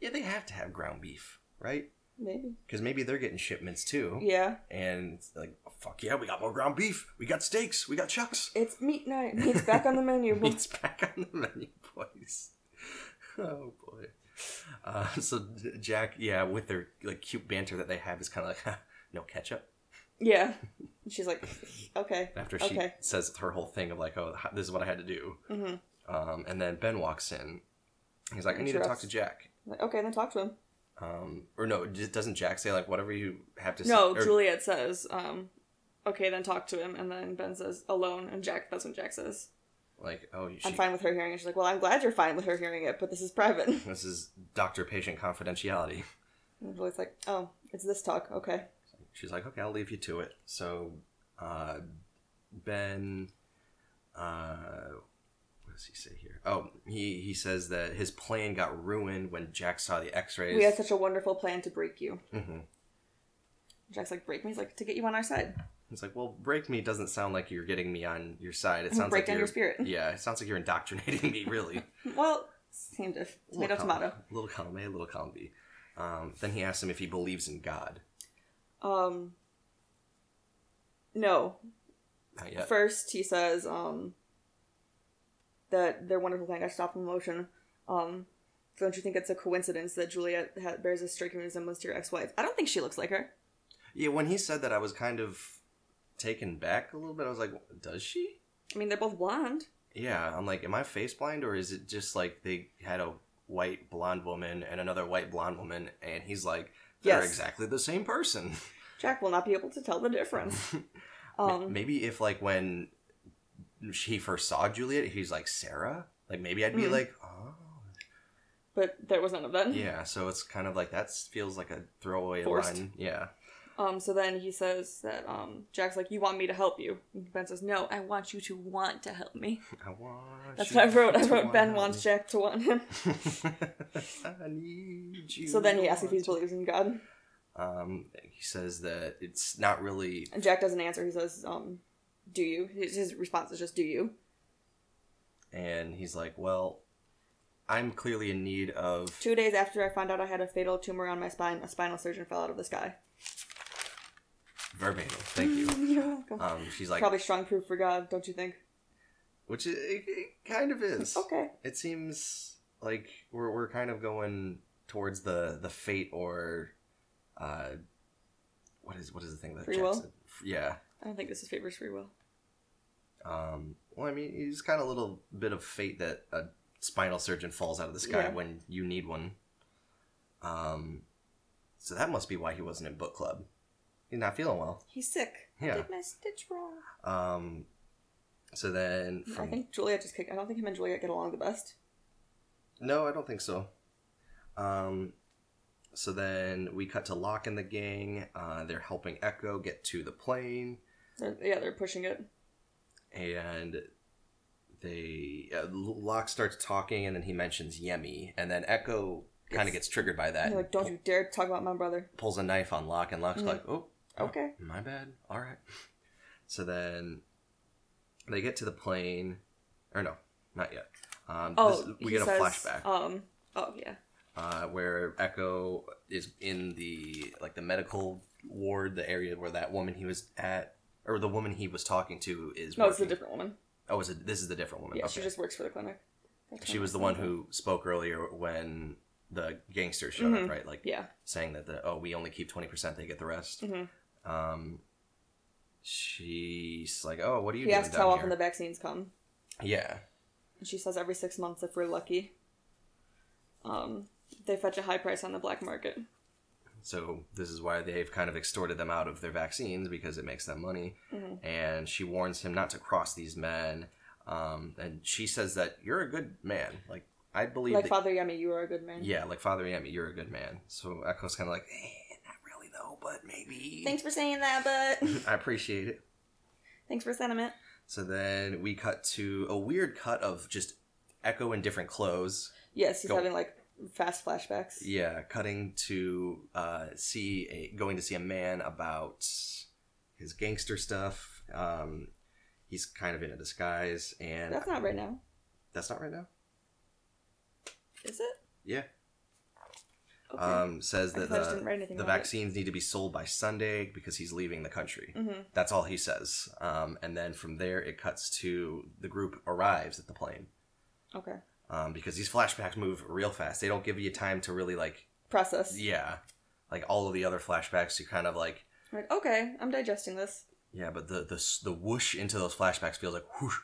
Speaker 1: yeah, they have to have ground beef, right?
Speaker 2: Maybe.
Speaker 1: Because maybe they're getting shipments too.
Speaker 2: Yeah.
Speaker 1: And it's like, fuck yeah, we got more ground beef. We got steaks. We got chucks.
Speaker 2: It's meat night. Meat's back on the menu.
Speaker 1: It's back on the menu, boys. Oh boy. Uh, so J- Jack, yeah, with their like cute banter that they have, is kind of like "Huh, no ketchup.
Speaker 2: Yeah. And she's like, okay.
Speaker 1: After she
Speaker 2: Okay.
Speaker 1: says her whole thing of like, oh, h- this is what I had to do,
Speaker 2: hmm
Speaker 1: um, and then Ben walks in. He's like, I need to talk to Jack.
Speaker 2: Like, okay, then talk to him.
Speaker 1: Um, or no, j- doesn't Jack say like whatever you have to
Speaker 2: No,
Speaker 1: say? or-
Speaker 2: Juliet says, um, okay, then talk to him. And then Ben says, alone. And Jack, that's when Jack says,
Speaker 1: Like, oh, she,
Speaker 2: I'm fine with her hearing it. She's like, well, I'm glad you're fine with her hearing it, but this is private. And
Speaker 1: this is doctor-patient confidentiality.
Speaker 2: Juliet's like, oh, it's this talk. Okay.
Speaker 1: she's like, okay, I'll leave you to it. So, uh, Ben, uh, what does he say here? Oh, he, he says that his plan got ruined when Jack saw the x rays.
Speaker 2: We had such a wonderful plan to break you.
Speaker 1: hmm
Speaker 2: Jack's like, break me? He's like, to get you on our side.
Speaker 1: He's like, well, break me doesn't sound like you're getting me on your side. It sounds
Speaker 2: break
Speaker 1: like
Speaker 2: down
Speaker 1: you're,
Speaker 2: your spirit.
Speaker 1: Yeah, it sounds like you're indoctrinating me, really.
Speaker 2: Well, same diff. Tomato,
Speaker 1: Little column-
Speaker 2: tomato.
Speaker 1: Little column A, little column B. Um, then he asks him if he believes in God.
Speaker 2: Um, no,
Speaker 1: Not yet.
Speaker 2: First, he says um, that their wonderful plan got stopped in motion. Um, so don't you think it's a coincidence that Juliet ha- bears a striking resemblance to your ex-wife? I don't think she looks like her.
Speaker 1: yeah, when he said that, I was kind of taken back a little bit. I was like, does she?
Speaker 2: I mean, they're both blonde.
Speaker 1: Yeah, I'm like, am I face blind or is it just like they had a white blonde woman and another white blonde woman, and he's like, they're
Speaker 2: Yes.
Speaker 1: exactly the same person.
Speaker 2: Jack will not be able to tell the difference. Um,
Speaker 1: maybe if like when she first saw Juliet, he's like Sarah. Like maybe I'd be
Speaker 2: Mhm.
Speaker 1: like, oh,
Speaker 2: but there was none of that.
Speaker 1: yeah. So it's kind of like that feels like a throwaway
Speaker 2: Mm-hmm. Forced.
Speaker 1: line. Yeah,
Speaker 2: Um, so then he says that um, Jack's like, "You want me to help you?" And ben says, "No, I want you to want to help me."
Speaker 1: I want.
Speaker 2: That's
Speaker 1: you
Speaker 2: what I wrote. I
Speaker 1: to
Speaker 2: wrote Ben
Speaker 1: want
Speaker 2: wants
Speaker 1: me."
Speaker 2: Jack to want him.
Speaker 1: I need you.
Speaker 2: So then he
Speaker 1: to
Speaker 2: asks if he
Speaker 1: want
Speaker 2: believes in God.
Speaker 1: to- Um, he says that it's not really
Speaker 2: And Jack doesn't answer. He says, um, "Do you?" His, his response is just, "Do you?"
Speaker 1: and he's like, "Well, I'm clearly in need of."
Speaker 2: Two days after I found out I had a fatal tumor on my spine, a spinal surgeon fell out of the sky.
Speaker 1: Verbatim, thank you.
Speaker 2: You're welcome.
Speaker 1: Um, she's like,
Speaker 2: Probably strong proof for God, don't you think?
Speaker 1: which it, it, it kind of is.
Speaker 2: Okay.
Speaker 1: It seems like we're we're kind of going towards the the fate or, uh, what is what is the thing that
Speaker 2: Free
Speaker 1: Jack
Speaker 2: will?
Speaker 1: said? F- Yeah.
Speaker 2: I don't think this is favors free will.
Speaker 1: Um. Well, I mean, it's kind of a little bit of fate that a spinal surgeon falls out of the sky
Speaker 2: Yeah.
Speaker 1: when you need one. Um. So that must be why he wasn't in book club. He's not feeling well.
Speaker 2: He's sick.
Speaker 1: Yeah.
Speaker 2: Did my stitch wrong?
Speaker 1: Um, so then
Speaker 2: I
Speaker 1: from
Speaker 2: think Juliet just kicked. I don't think him and Juliet get along the best.
Speaker 1: no, I don't think so. Um, so then we cut to Locke and the gang. Uh, they're helping Echo get to the plane,
Speaker 2: They're- yeah, they're pushing it.
Speaker 1: and they uh, Locke starts talking, and then he mentions Yemi, and then Echo kind of
Speaker 2: Yes.
Speaker 1: gets triggered by that.
Speaker 2: They're like,
Speaker 1: and
Speaker 2: don't
Speaker 1: pu-
Speaker 2: you dare talk about my brother.
Speaker 1: Pulls a knife on Locke, and Locke's
Speaker 2: Mhm.
Speaker 1: like, "Oh, Oh.
Speaker 2: Okay.
Speaker 1: My bad. All right. So then they get to the plane, or no, not yet. Um,
Speaker 2: Oh,
Speaker 1: this-
Speaker 2: he
Speaker 1: we get a
Speaker 2: says,
Speaker 1: flashback
Speaker 2: Um. Oh yeah.
Speaker 1: uh, where Echo is in the like the medical ward, the area where that woman he was at, or the woman he was talking to is.
Speaker 2: No, it's a
Speaker 1: working-
Speaker 2: different woman.
Speaker 1: Oh, is it, this is the different woman.
Speaker 2: Yeah,
Speaker 1: okay.
Speaker 2: she just works for the clinic. That's
Speaker 1: She
Speaker 2: what
Speaker 1: was
Speaker 2: I
Speaker 1: the one who spoke earlier when the gangster showed
Speaker 2: Mhm.
Speaker 1: up, right? Like
Speaker 2: Yeah.
Speaker 1: saying that the oh we only keep 20% they get the rest
Speaker 2: Mhm.
Speaker 1: um she's like oh what are you
Speaker 2: He
Speaker 1: doing
Speaker 2: asked
Speaker 1: down
Speaker 2: how
Speaker 1: here?
Speaker 2: often the vaccines come.
Speaker 1: yeah
Speaker 2: And she says every six months if we're lucky. Um, they fetch a high price on the black market.
Speaker 1: so this is why they've kind of extorted them out of their vaccines because it makes them money
Speaker 2: Mm-hmm.
Speaker 1: and she warns him not to cross these men um and she says that you're a good man like i believe
Speaker 2: Like
Speaker 1: that
Speaker 2: Father Yemi, you are a good man.
Speaker 1: yeah like father yami you're a good man so echo's kind of like eh, not really though but maybe
Speaker 2: Thanks for saying that, but
Speaker 1: i appreciate it
Speaker 2: thanks for sentiment.
Speaker 1: So then we cut to a weird cut of just Echo in different clothes.
Speaker 2: Yes, he's
Speaker 1: Go.
Speaker 2: having like fast flashbacks.
Speaker 1: Yeah, cutting to uh, see a, going to see a man about his gangster stuff. Um, he's kind of in a disguise, and
Speaker 2: That's not right now,
Speaker 1: That's not right now.
Speaker 2: is it?
Speaker 1: Yeah.
Speaker 2: Okay.
Speaker 1: Um, says
Speaker 2: I
Speaker 1: that
Speaker 2: guess I just didn't
Speaker 1: the,
Speaker 2: write anything
Speaker 1: the
Speaker 2: about it.
Speaker 1: vaccines need to be sold by Sunday because he's leaving the country.
Speaker 2: Mhm.
Speaker 1: That's all he says. Um, and then from there, it cuts to the group arrives at the plane.
Speaker 2: Okay.
Speaker 1: um, because these flashbacks move real fast. They don't give you time to really like,
Speaker 2: Process.
Speaker 1: yeah, like all of the other flashbacks. You kind of like,
Speaker 2: Like, okay, I'm digesting this.
Speaker 1: yeah, but the the s- the whoosh into those flashbacks feels like whoosh,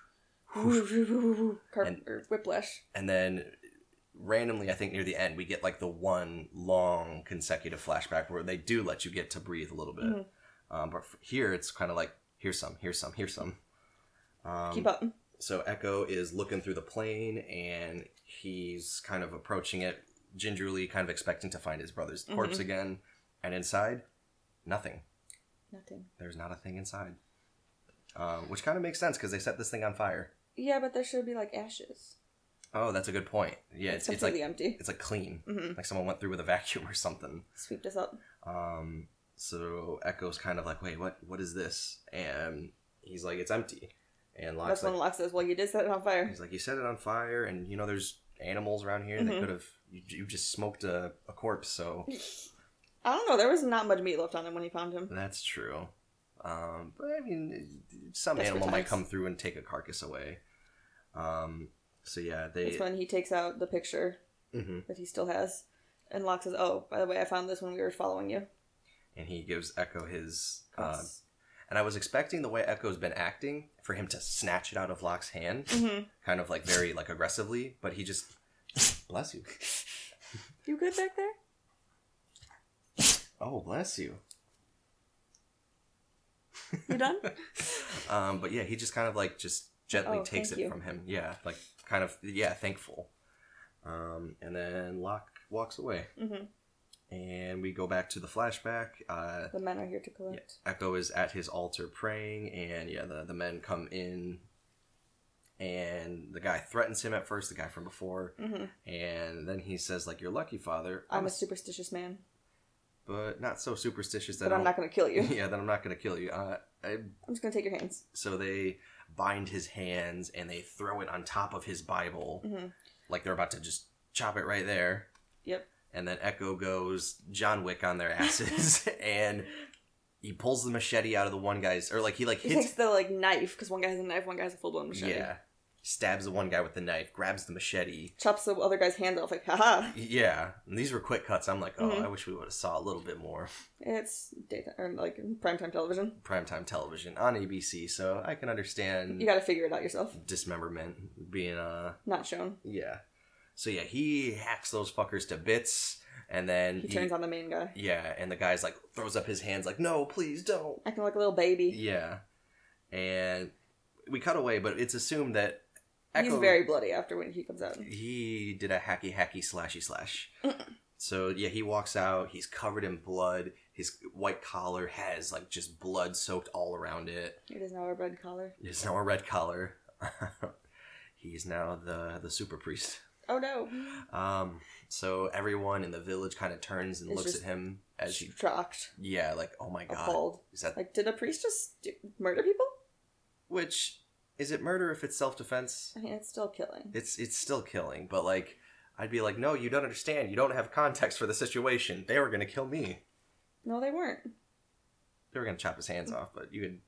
Speaker 2: Car-
Speaker 1: And-
Speaker 2: or whiplash.
Speaker 1: and then randomly, I think near the end, we get like the one long consecutive flashback where they do let you get to breathe a little bit.
Speaker 2: Mhm.
Speaker 1: Um, but f- here, it's kind of like here's some, here's some, here's some. Um,
Speaker 2: Keep up.
Speaker 1: So Echo is looking through the plane and he's kind of approaching it gingerly, kind of expecting to find his brother's corpse
Speaker 2: Mhm.
Speaker 1: again. And inside, nothing.
Speaker 2: Nothing.
Speaker 1: There's not a thing inside. Um, which kind of makes sense because they set this thing on fire.
Speaker 2: Yeah, but there should be like ashes.
Speaker 1: Oh, that's a good point. Yeah, it's, it's
Speaker 2: completely
Speaker 1: like
Speaker 2: empty.
Speaker 1: it's like clean.
Speaker 2: hmm
Speaker 1: Like someone went through with a vacuum or something.
Speaker 2: Sweep this up.
Speaker 1: Um, so Echo's kind of like, wait, what? What is this? And he's like, it's empty. And Locke's
Speaker 2: That's
Speaker 1: like,
Speaker 2: when Locke says, "Well, you did set it on fire."
Speaker 1: He's like, you set it on fire, and you know there's animals around here that
Speaker 2: Mhm.
Speaker 1: could have. You, you just smoked a, a corpse, so
Speaker 2: I don't know. There was not much meat left on him when he found him.
Speaker 1: that's true. Um, but I mean, some
Speaker 2: Desperate
Speaker 1: animal might
Speaker 2: times.
Speaker 1: come through and take a carcass away. Um, so yeah, they.
Speaker 2: It's when he takes out the picture
Speaker 1: hmm
Speaker 2: that he still has, and Locke says, "Oh, by the way, I found this when we were following you."
Speaker 1: And he gives Echo his. Uh,
Speaker 2: Yes.
Speaker 1: and I was expecting the way Echo's been acting for him to snatch it out of Locke's hand,
Speaker 2: Mhm.
Speaker 1: kind of like very like aggressively, but he just. Bless you.
Speaker 2: You good back there?
Speaker 1: Oh, bless you.
Speaker 2: You done?
Speaker 1: Um, but yeah, he just kind of like just gently
Speaker 2: Oh,
Speaker 1: takes it
Speaker 2: thank you.
Speaker 1: from him. Yeah, like kind of yeah, thankful. Um, and then Locke walks away,
Speaker 2: hmm
Speaker 1: and we go back to the flashback. Uh,
Speaker 2: The men are here to collect.
Speaker 1: Echo is at his altar praying, and yeah, the the men come in, and the guy threatens him at first, the guy from before,
Speaker 2: hmm
Speaker 1: and then he says like, "You're lucky, father.
Speaker 2: I'm a
Speaker 1: s-
Speaker 2: superstitious man,
Speaker 1: but not so superstitious that
Speaker 2: but I'm not going to kill you.
Speaker 1: gonna... yeah, that I'm not going to kill you. Uh, I
Speaker 2: I'm just going to take your hands.
Speaker 1: So they bind his hands and they throw it on top of his Bible,
Speaker 2: hmm
Speaker 1: like they're about to just chop it right there.
Speaker 2: Yep.
Speaker 1: And then Echo goes John Wick on their asses, and he pulls the machete out of the one guy's, or like he like
Speaker 2: He
Speaker 1: hits,
Speaker 2: takes the like knife because one guy has a knife, one guy has a full blown machete.
Speaker 1: yeah, stabs the one guy with the knife, grabs the machete.
Speaker 2: Chops the other guy's hand off. Like, haha!
Speaker 1: Yeah, and these were quick cuts. I'm like, oh,
Speaker 2: Mhm.
Speaker 1: I wish we would have saw a little bit more
Speaker 2: It's daytime or like primetime television.
Speaker 1: primetime television on ABC, so I can understand
Speaker 2: You got to figure it out yourself.
Speaker 1: dismemberment being uh
Speaker 2: Not shown.
Speaker 1: Yeah. So yeah, he hacks those fuckers to bits, and then
Speaker 2: He turns on the main guy.
Speaker 1: yeah, and the guy's like throws up his hands, like no, please don't.
Speaker 2: Acting like a little baby.
Speaker 1: Yeah, and we cut away, but it's assumed that Echo
Speaker 2: He's very bloody after when he comes out.
Speaker 1: he did a hacky hacky slashy slash. So yeah, he walks out. He's covered in blood. His white collar has like just blood soaked all around it.
Speaker 2: It is now a red collar.
Speaker 1: It's now a red collar. he's now the the super priest.
Speaker 2: Oh no.
Speaker 1: Um, so everyone in the village kind of turns and
Speaker 2: It's
Speaker 1: looks at
Speaker 2: just
Speaker 1: him as he,
Speaker 2: Shocked.
Speaker 1: yeah, like oh my god,
Speaker 2: Appalled.
Speaker 1: is that
Speaker 2: Like, did a priest just do- murder people?
Speaker 1: which is it murder if it's self defense?
Speaker 2: I mean, it's still killing.
Speaker 1: It's it's still killing, but like I'd be like, no, you don't understand. You don't have context for the situation. They were gonna kill me.
Speaker 2: No, they weren't.
Speaker 1: They were gonna chop his hands off, but you could.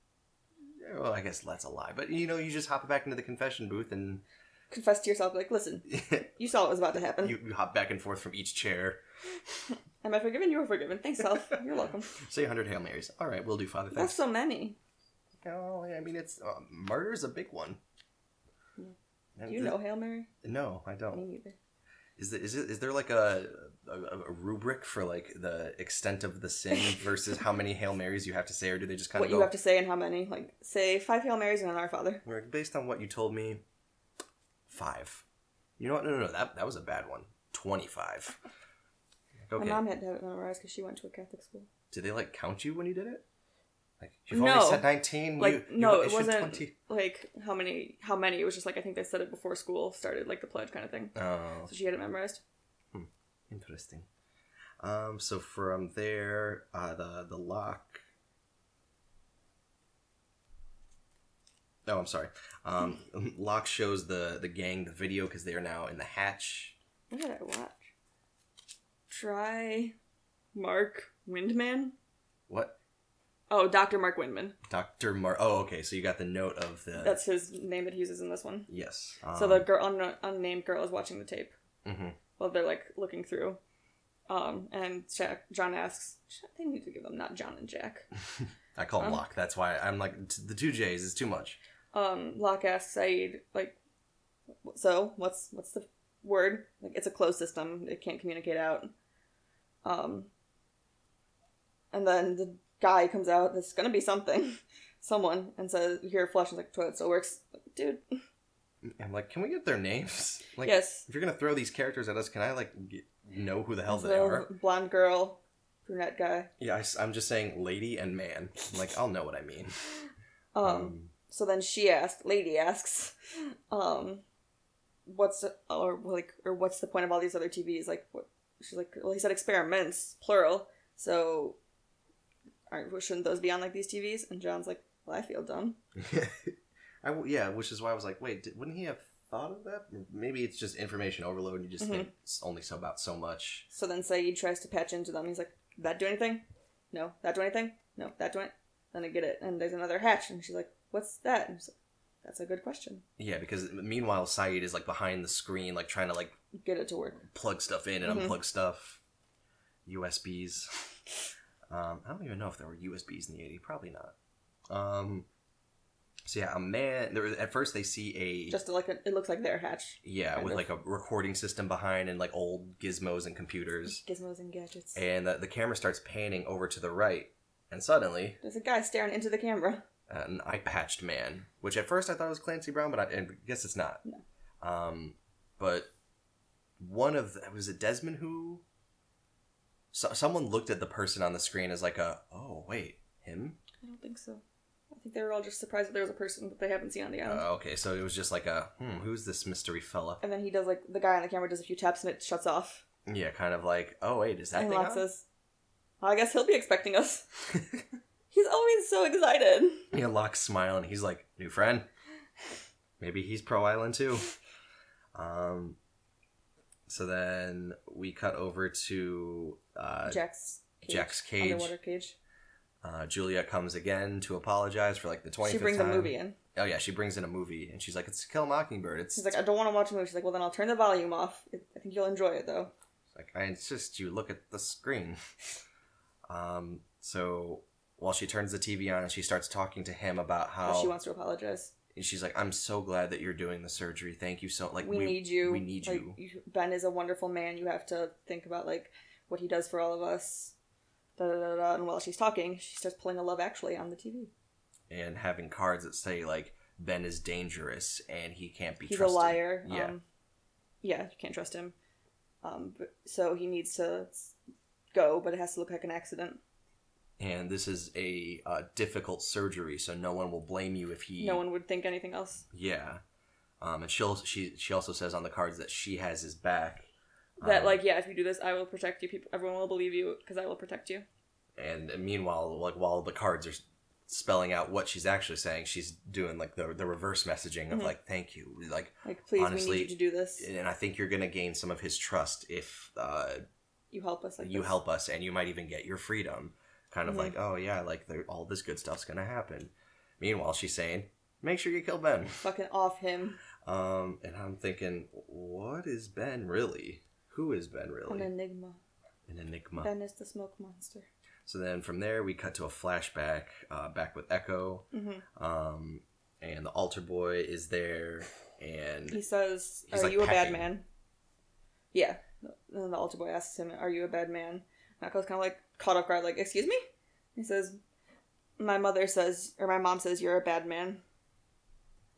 Speaker 1: yeah, Well, I guess that's a lie. But you know, you just hop back into the confession booth and
Speaker 2: Confess to yourself, like, listen,
Speaker 1: you,
Speaker 2: you saw what was about to happen.
Speaker 1: you hop back and forth from each chair.
Speaker 2: Am I forgiven? You are forgiven. Thanks, self. You're welcome.
Speaker 1: Say a hundred hail marys. All right, we'll do, Father.
Speaker 2: That's
Speaker 1: Thanks.
Speaker 2: so many.
Speaker 1: No, I mean it's uh, murder's a big one.
Speaker 2: Yeah.
Speaker 1: And
Speaker 2: Do you
Speaker 1: th-
Speaker 2: know Hail Mary?
Speaker 1: No, I
Speaker 2: Me
Speaker 1: don't.
Speaker 2: neither.
Speaker 1: Is there, is, it, is there like a, a a rubric for like the extent of the sin versus how many hail marys you have to say, or do they just kind
Speaker 2: What
Speaker 1: of
Speaker 2: you
Speaker 1: go
Speaker 2: have to say and how many? Like, say five Hail Marys and an Our Father.
Speaker 1: We're like, based on what you told me, five. You know what? No, no, no. That that was a bad one. Twenty-five. Like, Okay.
Speaker 2: My mom had to have it memorized because she went to a Catholic school.
Speaker 1: Did they like count you when you did it? Like you've
Speaker 2: No.
Speaker 1: only said nineteen.
Speaker 2: Like,
Speaker 1: you,
Speaker 2: no,
Speaker 1: you,
Speaker 2: it
Speaker 1: should
Speaker 2: wasn't
Speaker 1: 20.
Speaker 2: like how many. How many? It was just like I think they said it before school started, like the pledge kind of thing.
Speaker 1: Oh,
Speaker 2: So she had it memorized.
Speaker 1: interesting. Um. So from there, uh, the the lock. Oh, I'm sorry. Um, Locke shows the the gang the video because they are now in the hatch.
Speaker 2: What did I watch? Try Mark Windman.
Speaker 1: What?
Speaker 2: Oh, Doctor Mark Windman.
Speaker 1: Doctor Mar. Oh, okay. So you got the note of the.
Speaker 2: That's his name that he uses in this one.
Speaker 1: Yes. um,
Speaker 2: So the girl, un- unnamed girl, is watching the tape.
Speaker 1: hmm
Speaker 2: Well, they're like looking through. Um, and Jack, John asks, they need to give them not John and Jack.
Speaker 1: mm-hmm. I call him
Speaker 2: Um,
Speaker 1: Locke. That's why I'm like t- the two J's is too much.
Speaker 2: Um, Locke asks Saeed, like, so what's what's the word? Like, it's a closed system; it can't communicate out. Um, and then the guy comes out. There's gonna be something, someone, and says, "You hear a flush?" And like, toilet still works, Like, dude.
Speaker 1: I'm like, can we get their names? Like,
Speaker 2: yes,
Speaker 1: if you're gonna throw these characters at us, can I like get, know who the hell they
Speaker 2: Little
Speaker 1: are?
Speaker 2: blonde girl, brunette guy.
Speaker 1: Yeah, I, am just saying, lady and man. I'm like, I'll know what I mean.
Speaker 2: Um, so then she asks, lady asks, um, what's or like or what's the point of all these other TVs? Like, what? She's like, well, he said experiments, plural. So, aren't well, shouldn't those be on like these TVs? And John's like, well, I feel dumb.
Speaker 1: I w- yeah, which is why I was like, wait, did, wouldn't he have thought of that? Maybe it's just information overload, and you just
Speaker 2: Mhm.
Speaker 1: think it's only so about so much.
Speaker 2: So then Saeed tries to patch into them. He's like, that do anything? No. That do anything? No. That do it. Then I get it. And there's another hatch, and she's like, what's that? And he's like, that's a good question.
Speaker 1: Yeah, because meanwhile, Saeed is like behind the screen, like trying to like
Speaker 2: Get it to work.
Speaker 1: plug stuff in and
Speaker 2: Mhm.
Speaker 1: unplug stuff. USBs. Um, I don't even know if there were USBs in the 80s. Probably not. Um, so yeah, a man. There was, at first they see a
Speaker 2: Just like a, it looks like their hatch.
Speaker 1: yeah
Speaker 2: kind
Speaker 1: with
Speaker 2: of.
Speaker 1: like a recording system behind and like old gizmos and computers,
Speaker 2: Gizmos and gadgets.
Speaker 1: and the, the camera starts panning over to the right, and suddenly
Speaker 2: There's a guy staring into the camera.
Speaker 1: an eye patched man, which at first I thought was Clancy Brown, but I, I guess it's not.
Speaker 2: No.
Speaker 1: Um, but one of the, was it Desmond who? So, someone looked at the person on the screen as like a oh wait him
Speaker 2: I don't think so. I think they were all just surprised that there was a person that they haven't seen on the island.
Speaker 1: Uh, okay so it was just like a hmm who's this mystery fella
Speaker 2: and then he does like the guy on the camera does a few taps and it shuts off.
Speaker 1: yeah kind of like oh wait is that
Speaker 2: and
Speaker 1: thing
Speaker 2: Locke
Speaker 1: on?
Speaker 2: says, "Well, "I guess he'll be expecting us." He's always so excited.
Speaker 1: yeah Locke's smiling he's like new friend maybe he's pro island too um so then we cut over to uh,
Speaker 2: Jack's cage,
Speaker 1: Jack's cage.
Speaker 2: underwater cage.
Speaker 1: Uh, Julia comes again to apologize for like the 25th
Speaker 2: She brings
Speaker 1: time.
Speaker 2: a movie in.
Speaker 1: Oh yeah, she brings in a movie, and she's like, "It's To Kill a Mockingbird." It's
Speaker 2: She's like, "I don't want to watch a movie." She's like, "Well, then I'll turn the volume off. It- I think you'll enjoy it though."
Speaker 1: like I insist you look at the screen. um, so while she turns the TV on and she starts talking to him about
Speaker 2: But
Speaker 1: how
Speaker 2: She wants to apologize.
Speaker 1: and she's like, "I'm so glad that you're doing the surgery. Thank you so like
Speaker 2: we, need you.
Speaker 1: we need
Speaker 2: Like,
Speaker 1: you."
Speaker 2: Ben is a wonderful man. You have to think about like what he does for all of us. Da, da, da, da. And while she's talking, she starts pulling a Love Actually on the TV.
Speaker 1: and having cards that say like Ben is dangerous and he can't be
Speaker 2: He's
Speaker 1: trusted.
Speaker 2: a liar.
Speaker 1: Yeah.
Speaker 2: Um, yeah, you can't trust him. Um, but, so he needs to s- go, but it has to look like an accident.
Speaker 1: And this is a uh, difficult surgery, so no one will blame you if he.
Speaker 2: No one would think anything else.
Speaker 1: Yeah. Um, and she'll, she she also says on the cards that she has his back.
Speaker 2: That
Speaker 1: Um,
Speaker 2: like, yeah, if you do this, I will protect you. People, everyone will believe you because I will protect you.
Speaker 1: And meanwhile, like while the cards are spelling out what she's actually saying, she's doing like the the reverse messaging of
Speaker 2: Mhm.
Speaker 1: like thank you, like,
Speaker 2: Like, please, we
Speaker 1: Honestly,
Speaker 2: need you to do this.
Speaker 1: and I think you're gonna gain some of his trust if uh,
Speaker 2: You help us. Like
Speaker 1: you
Speaker 2: this.
Speaker 1: help us, and you might even get your freedom. Kind of
Speaker 2: Mhm.
Speaker 1: like oh yeah, like the, all this good stuff's gonna happen. Meanwhile, she's saying make sure you kill Ben.
Speaker 2: Fucking off him.
Speaker 1: Um, and I'm thinking, what is Ben really? Who is Ben really?
Speaker 2: An enigma.
Speaker 1: An enigma.
Speaker 2: Ben is the smoke monster.
Speaker 1: So then from there, we cut to a flashback uh, back with Echo.
Speaker 2: hmm
Speaker 1: Um, and the altar boy is there.
Speaker 2: He
Speaker 1: And
Speaker 2: says,
Speaker 1: He's,
Speaker 2: "Are
Speaker 1: like,
Speaker 2: you a bad
Speaker 1: pecking.
Speaker 2: man?" Yeah. And the altar boy asks him, "Are you a bad man?" Nako's kind of like caught off guard, like, "Excuse me." He says, "My mother says, or my mom says, you're a bad man.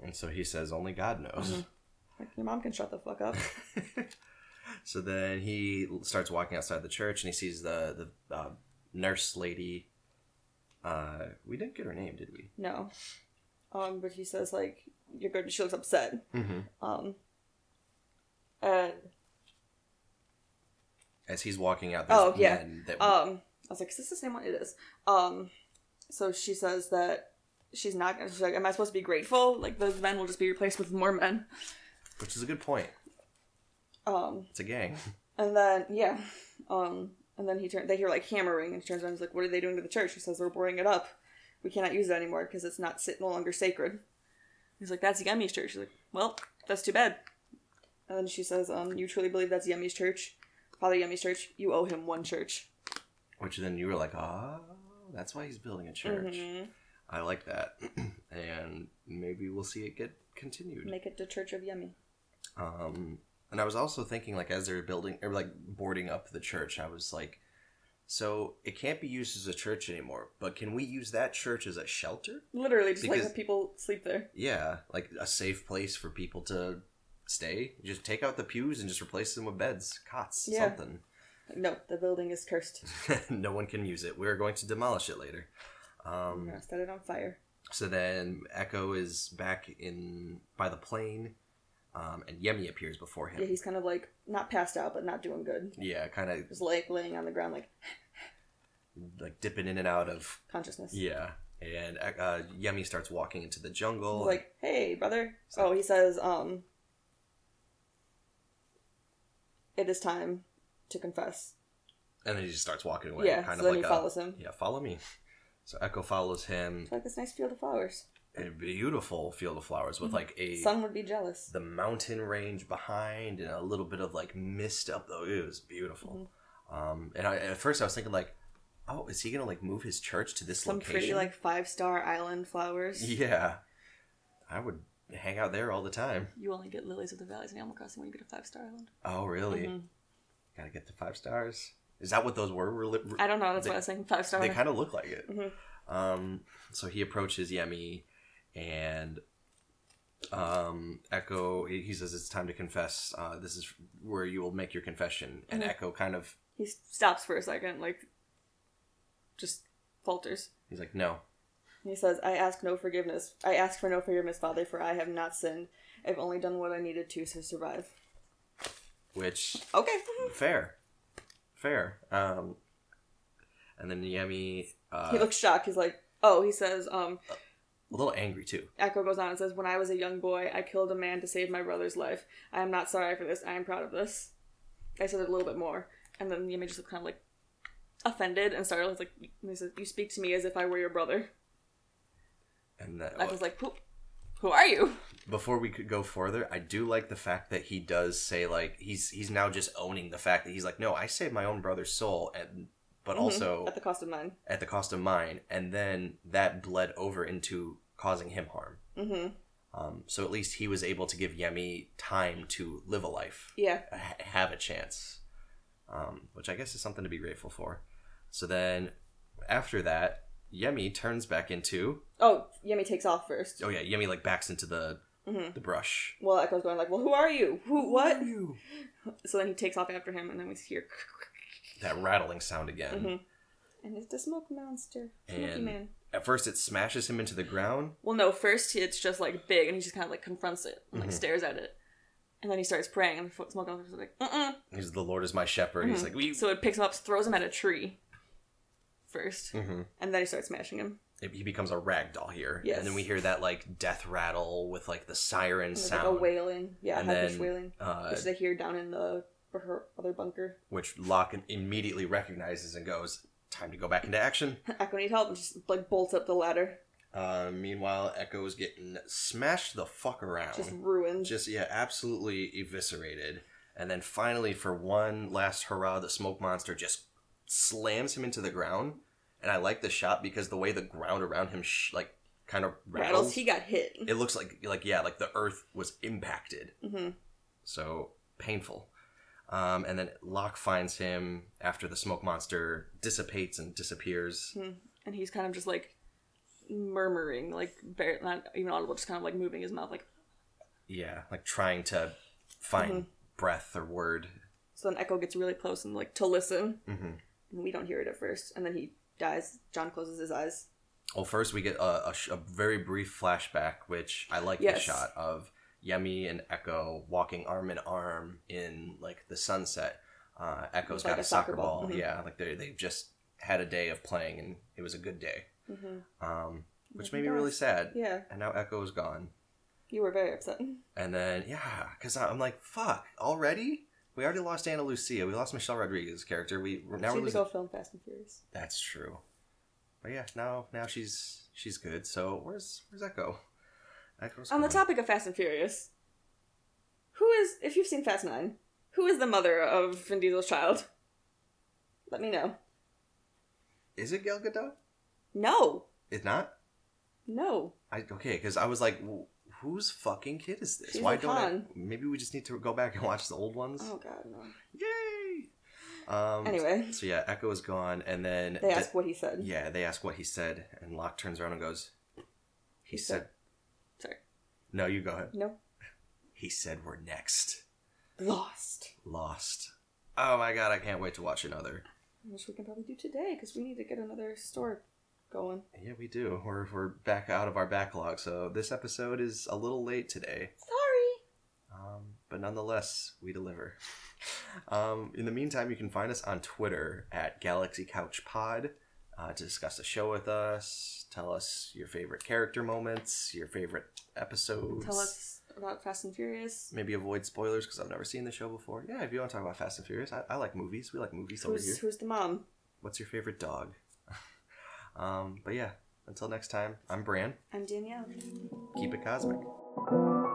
Speaker 1: and so he says, only God knows.
Speaker 2: Like, your mom can shut the fuck up." Mm-hmm.
Speaker 1: so then he starts walking outside the church and he sees the, the uh, nurse lady. Uh, we didn't get her name, did we?
Speaker 2: no. Um, but he says like, "You're good." She looks upset.
Speaker 1: Mm-hmm.
Speaker 2: Um. And
Speaker 1: As he's walking out, there's
Speaker 2: Oh, yeah.
Speaker 1: men that
Speaker 2: um, I was like, "Is this the same one?" It is. Um. So she says that she's not. She's like, "Am I supposed to be grateful? Like those men will just be replaced with more men."
Speaker 1: which is a good point.
Speaker 2: Um.
Speaker 1: It's a gang.
Speaker 2: And then yeah, um, and then he turns. They hear like hammering, and she turns around. And is like, "What are they doing to the church?" He says, "They're boarding it up. We cannot use it anymore because it's not sit- no longer sacred." He's like, "That's Yemi's church." She's like, "Well, that's too bad." And then she says, "Um, you truly believe that's Yemi's church, Father Yemi's church? You owe him one church."
Speaker 1: Which then you were like, oh, that's why he's building a church.
Speaker 2: Mhm.
Speaker 1: I like that. and maybe we'll see it get continued.
Speaker 2: Make it the Church of Yemi.
Speaker 1: Um, and I was also thinking, like, as they're building or like boarding up the church, I was like, so it can't be used as a church anymore, but can we use that church as a shelter?
Speaker 2: Literally, just like
Speaker 1: Because-
Speaker 2: the people sleep there.
Speaker 1: Yeah, like a safe place for people to stay. Just take out the pews and just replace them with beds, cots,
Speaker 2: Yeah.
Speaker 1: something.
Speaker 2: Like, no, the building is cursed.
Speaker 1: no one can use it. We're going to demolish it later.
Speaker 2: I'm
Speaker 1: Um,
Speaker 2: gonna set it on fire.
Speaker 1: So then Echo is back in by the plane, um, and Yemi appears before him.
Speaker 2: Yeah, he's kind of like not passed out, but not doing good.
Speaker 1: yeah, kind of
Speaker 2: Just like laying on the ground, like
Speaker 1: like dipping in and out of
Speaker 2: consciousness.
Speaker 1: yeah. And uh, Yemi starts walking into the jungle.
Speaker 2: He's like, "Hey, brother."
Speaker 1: So-
Speaker 2: oh, he says, "Um, it is time to confess."
Speaker 1: and then he just starts walking away.
Speaker 2: yeah,
Speaker 1: kind of
Speaker 2: so then
Speaker 1: like
Speaker 2: he
Speaker 1: a
Speaker 2: follows him.
Speaker 1: yeah, follow me. So Echo follows him.
Speaker 2: It's like this nice field of flowers.
Speaker 1: A beautiful field of flowers with
Speaker 2: Mhm.
Speaker 1: like a
Speaker 2: Sun would be jealous.
Speaker 1: the mountain range behind and a little bit of like mist up though it was beautiful
Speaker 2: Mm-hmm.
Speaker 1: um and I, at first i was thinking like oh is he gonna like move his church to this
Speaker 2: Some
Speaker 1: location
Speaker 2: pretty like five star island flowers.
Speaker 1: yeah i would hang out there all the time
Speaker 2: You only get lilies of the valleys in Animal Crossing when you get a five star island.
Speaker 1: oh really
Speaker 2: Mhm.
Speaker 1: gotta get the five stars is that what those were, Were li-
Speaker 2: I don't know. That's
Speaker 1: They-
Speaker 2: why I was saying five star.
Speaker 1: they
Speaker 2: island.
Speaker 1: kind of look like it
Speaker 2: Mhm.
Speaker 1: um so he approaches yemi and um echo he he says it's time to confess uh this is where you will make your confession and
Speaker 2: Mhm.
Speaker 1: echo kind of
Speaker 2: He stops for a second, like just falters.
Speaker 1: he's like no
Speaker 2: He says, I ask no forgiveness. I ask for no forgiveness, Father, for I have not sinned. I've only done what I needed to to survive.
Speaker 1: which
Speaker 2: Okay.
Speaker 1: fair fair um and then yemi uh,
Speaker 2: he looks shocked. He's like, Oh, he says, um,
Speaker 1: a little angry too
Speaker 2: Echo goes on and says, When I was a young boy, I killed a man to save my brother's life. I am not sorry for this. I am proud of this. I said it a little bit more. And then Yemi just looked kind of like offended and started like, and he says, You speak to me as if I were your brother.
Speaker 1: and that,
Speaker 2: Echo's like, Who, who are you?
Speaker 1: before we could go further i do like the fact that he does say like he's he's now just owning the fact that he's like no i saved my own brother's soul and but
Speaker 2: Mm-hmm.
Speaker 1: also
Speaker 2: At the cost of mine.
Speaker 1: at the cost of mine and then that bled over into causing him harm
Speaker 2: hmm.
Speaker 1: um, so at least he was able to give yemi time to live a life
Speaker 2: Yeah.
Speaker 1: ha- have a chance, um, which I guess is something to be grateful for. So then, after that, Yemi turns back into.
Speaker 2: Oh, Yemi takes off first.
Speaker 1: Oh yeah, Yemi like backs into the
Speaker 2: Mhm.
Speaker 1: the brush.
Speaker 2: Well, Echo's going like, "Well, who are you? Who? What?"
Speaker 1: Who are you?
Speaker 2: So then he takes off after him, and then we hear,
Speaker 1: That rattling sound again.
Speaker 2: Mhm. and it's the smoke monster, Smoky
Speaker 1: And-
Speaker 2: Man.
Speaker 1: At first, it smashes him into the ground.
Speaker 2: Well, no, first it's just like big, and he just kind of like confronts it, and, like
Speaker 1: Mhm.
Speaker 2: stares at it, and then he starts praying, and the fo- smoke monster's like, "Mm."
Speaker 1: He's the Lord is my shepherd. He's
Speaker 2: Mhm.
Speaker 1: like, we.
Speaker 2: So it picks him up, throws him at a tree, first,
Speaker 1: Mhm.
Speaker 2: and then he starts smashing him.
Speaker 1: It- He becomes a rag doll here,
Speaker 2: Yes.
Speaker 1: and then we hear that like death rattle with like the siren
Speaker 2: And there's like
Speaker 1: sound,
Speaker 2: a wailing, yeah,
Speaker 1: And
Speaker 2: high-pitched
Speaker 1: then-
Speaker 2: wailing,
Speaker 1: uh,
Speaker 2: which they hear down in the her other bunker.
Speaker 1: which Locke immediately recognizes and goes, "Time to go back into action."
Speaker 2: Echo needs help, and just like bolts up the ladder,
Speaker 1: Uh, meanwhile, Echo's getting smashed the fuck around.
Speaker 2: just ruined.
Speaker 1: just yeah, absolutely eviscerated. And then finally, for one last hurrah, the smoke monster just slams him into the ground. And I like the shot because the way the ground around him sh- like kind of
Speaker 2: rattles.
Speaker 1: rattles.
Speaker 2: He got hit.
Speaker 1: It looks like like yeah, like the earth was impacted.
Speaker 2: hmm
Speaker 1: So painful. Um, and then Locke finds him after the smoke monster dissipates and disappears.
Speaker 2: and he's kind of just like murmuring, like bare, not even audible, just kind of like moving his mouth. Like
Speaker 1: Yeah, like trying to find
Speaker 2: Mm-hmm.
Speaker 1: breath or word.
Speaker 2: so, then Echo gets really close and like to listen,
Speaker 1: hmm
Speaker 2: and we don't hear it at first, and then he dies. John closes his eyes.
Speaker 1: Well, first we get a, a, sh- a very brief flashback, which I like the
Speaker 2: Yes.
Speaker 1: shot of Yemi and Echo walking arm in arm in like the sunset. Uh, Echo's
Speaker 2: With, like,
Speaker 1: got
Speaker 2: a
Speaker 1: a soccer
Speaker 2: soccer
Speaker 1: ball.
Speaker 2: ball. Mhm.
Speaker 1: Yeah, like they they've just had a day of playing, and it was a good day,
Speaker 2: Mm-hmm.
Speaker 1: um, which
Speaker 2: Nothing
Speaker 1: made me really
Speaker 2: else.
Speaker 1: sad.
Speaker 2: Yeah,
Speaker 1: And now Echo's gone,
Speaker 2: you were very upset.
Speaker 1: and then yeah, because I'm like, fuck, already. We already lost Anna Lucia. We lost Michelle Rodriguez's character. We we're- now we're
Speaker 2: Now we to
Speaker 1: losing
Speaker 2: go film Fast and Furious.
Speaker 1: That's true. But yeah, now now she's she's good. So where's where's Echo? Echo's
Speaker 2: On the
Speaker 1: gone.
Speaker 2: topic of Fast and Furious, who is if you've seen Fast Nine, who is the mother of Vin Diesel's child? Let me know.
Speaker 1: Is it Gal Gadot?
Speaker 2: No,
Speaker 1: It's not.
Speaker 2: no.
Speaker 1: I okay because I was like, "Wh- whose fucking kid is this?
Speaker 2: She's
Speaker 1: Why
Speaker 2: a
Speaker 1: don't I?
Speaker 2: con.
Speaker 1: Maybe we just need to go back and watch the old ones.
Speaker 2: Oh God, no.
Speaker 1: Yay! Um,
Speaker 2: Anyway,
Speaker 1: so yeah, Echo is gone, and then
Speaker 2: they asked what he said.
Speaker 1: yeah, they ask what he said, and Locke turns around and goes, "He,
Speaker 2: He
Speaker 1: said,
Speaker 2: said- Sorry,
Speaker 1: no, you go ahead.
Speaker 2: no.
Speaker 1: He said we're next,
Speaker 2: Lost.
Speaker 1: lost. Oh my god, I can't wait to watch another."
Speaker 2: Which we can probably do today because we need to get another store going.
Speaker 1: Yeah, we do. We're, we're back out of our backlog, so this episode is a little late today.
Speaker 2: Sorry.
Speaker 1: Um, but nonetheless, we deliver. Um, in the meantime, you can find us on Twitter at Galaxy Couch Pod uh, to discuss the show with us, tell us your favorite character moments, your favorite episodes.
Speaker 2: Tell us about Fast and Furious.
Speaker 1: Maybe avoid spoilers because I've never seen the show before. Yeah, if you want to talk about Fast and Furious, I, I like movies. We like movies over here.
Speaker 2: Who's, who's the mom?
Speaker 1: What's your favorite dog? um, but yeah, until next time, I'm Bran.
Speaker 2: I'm Danielle.
Speaker 1: Keep it cosmic.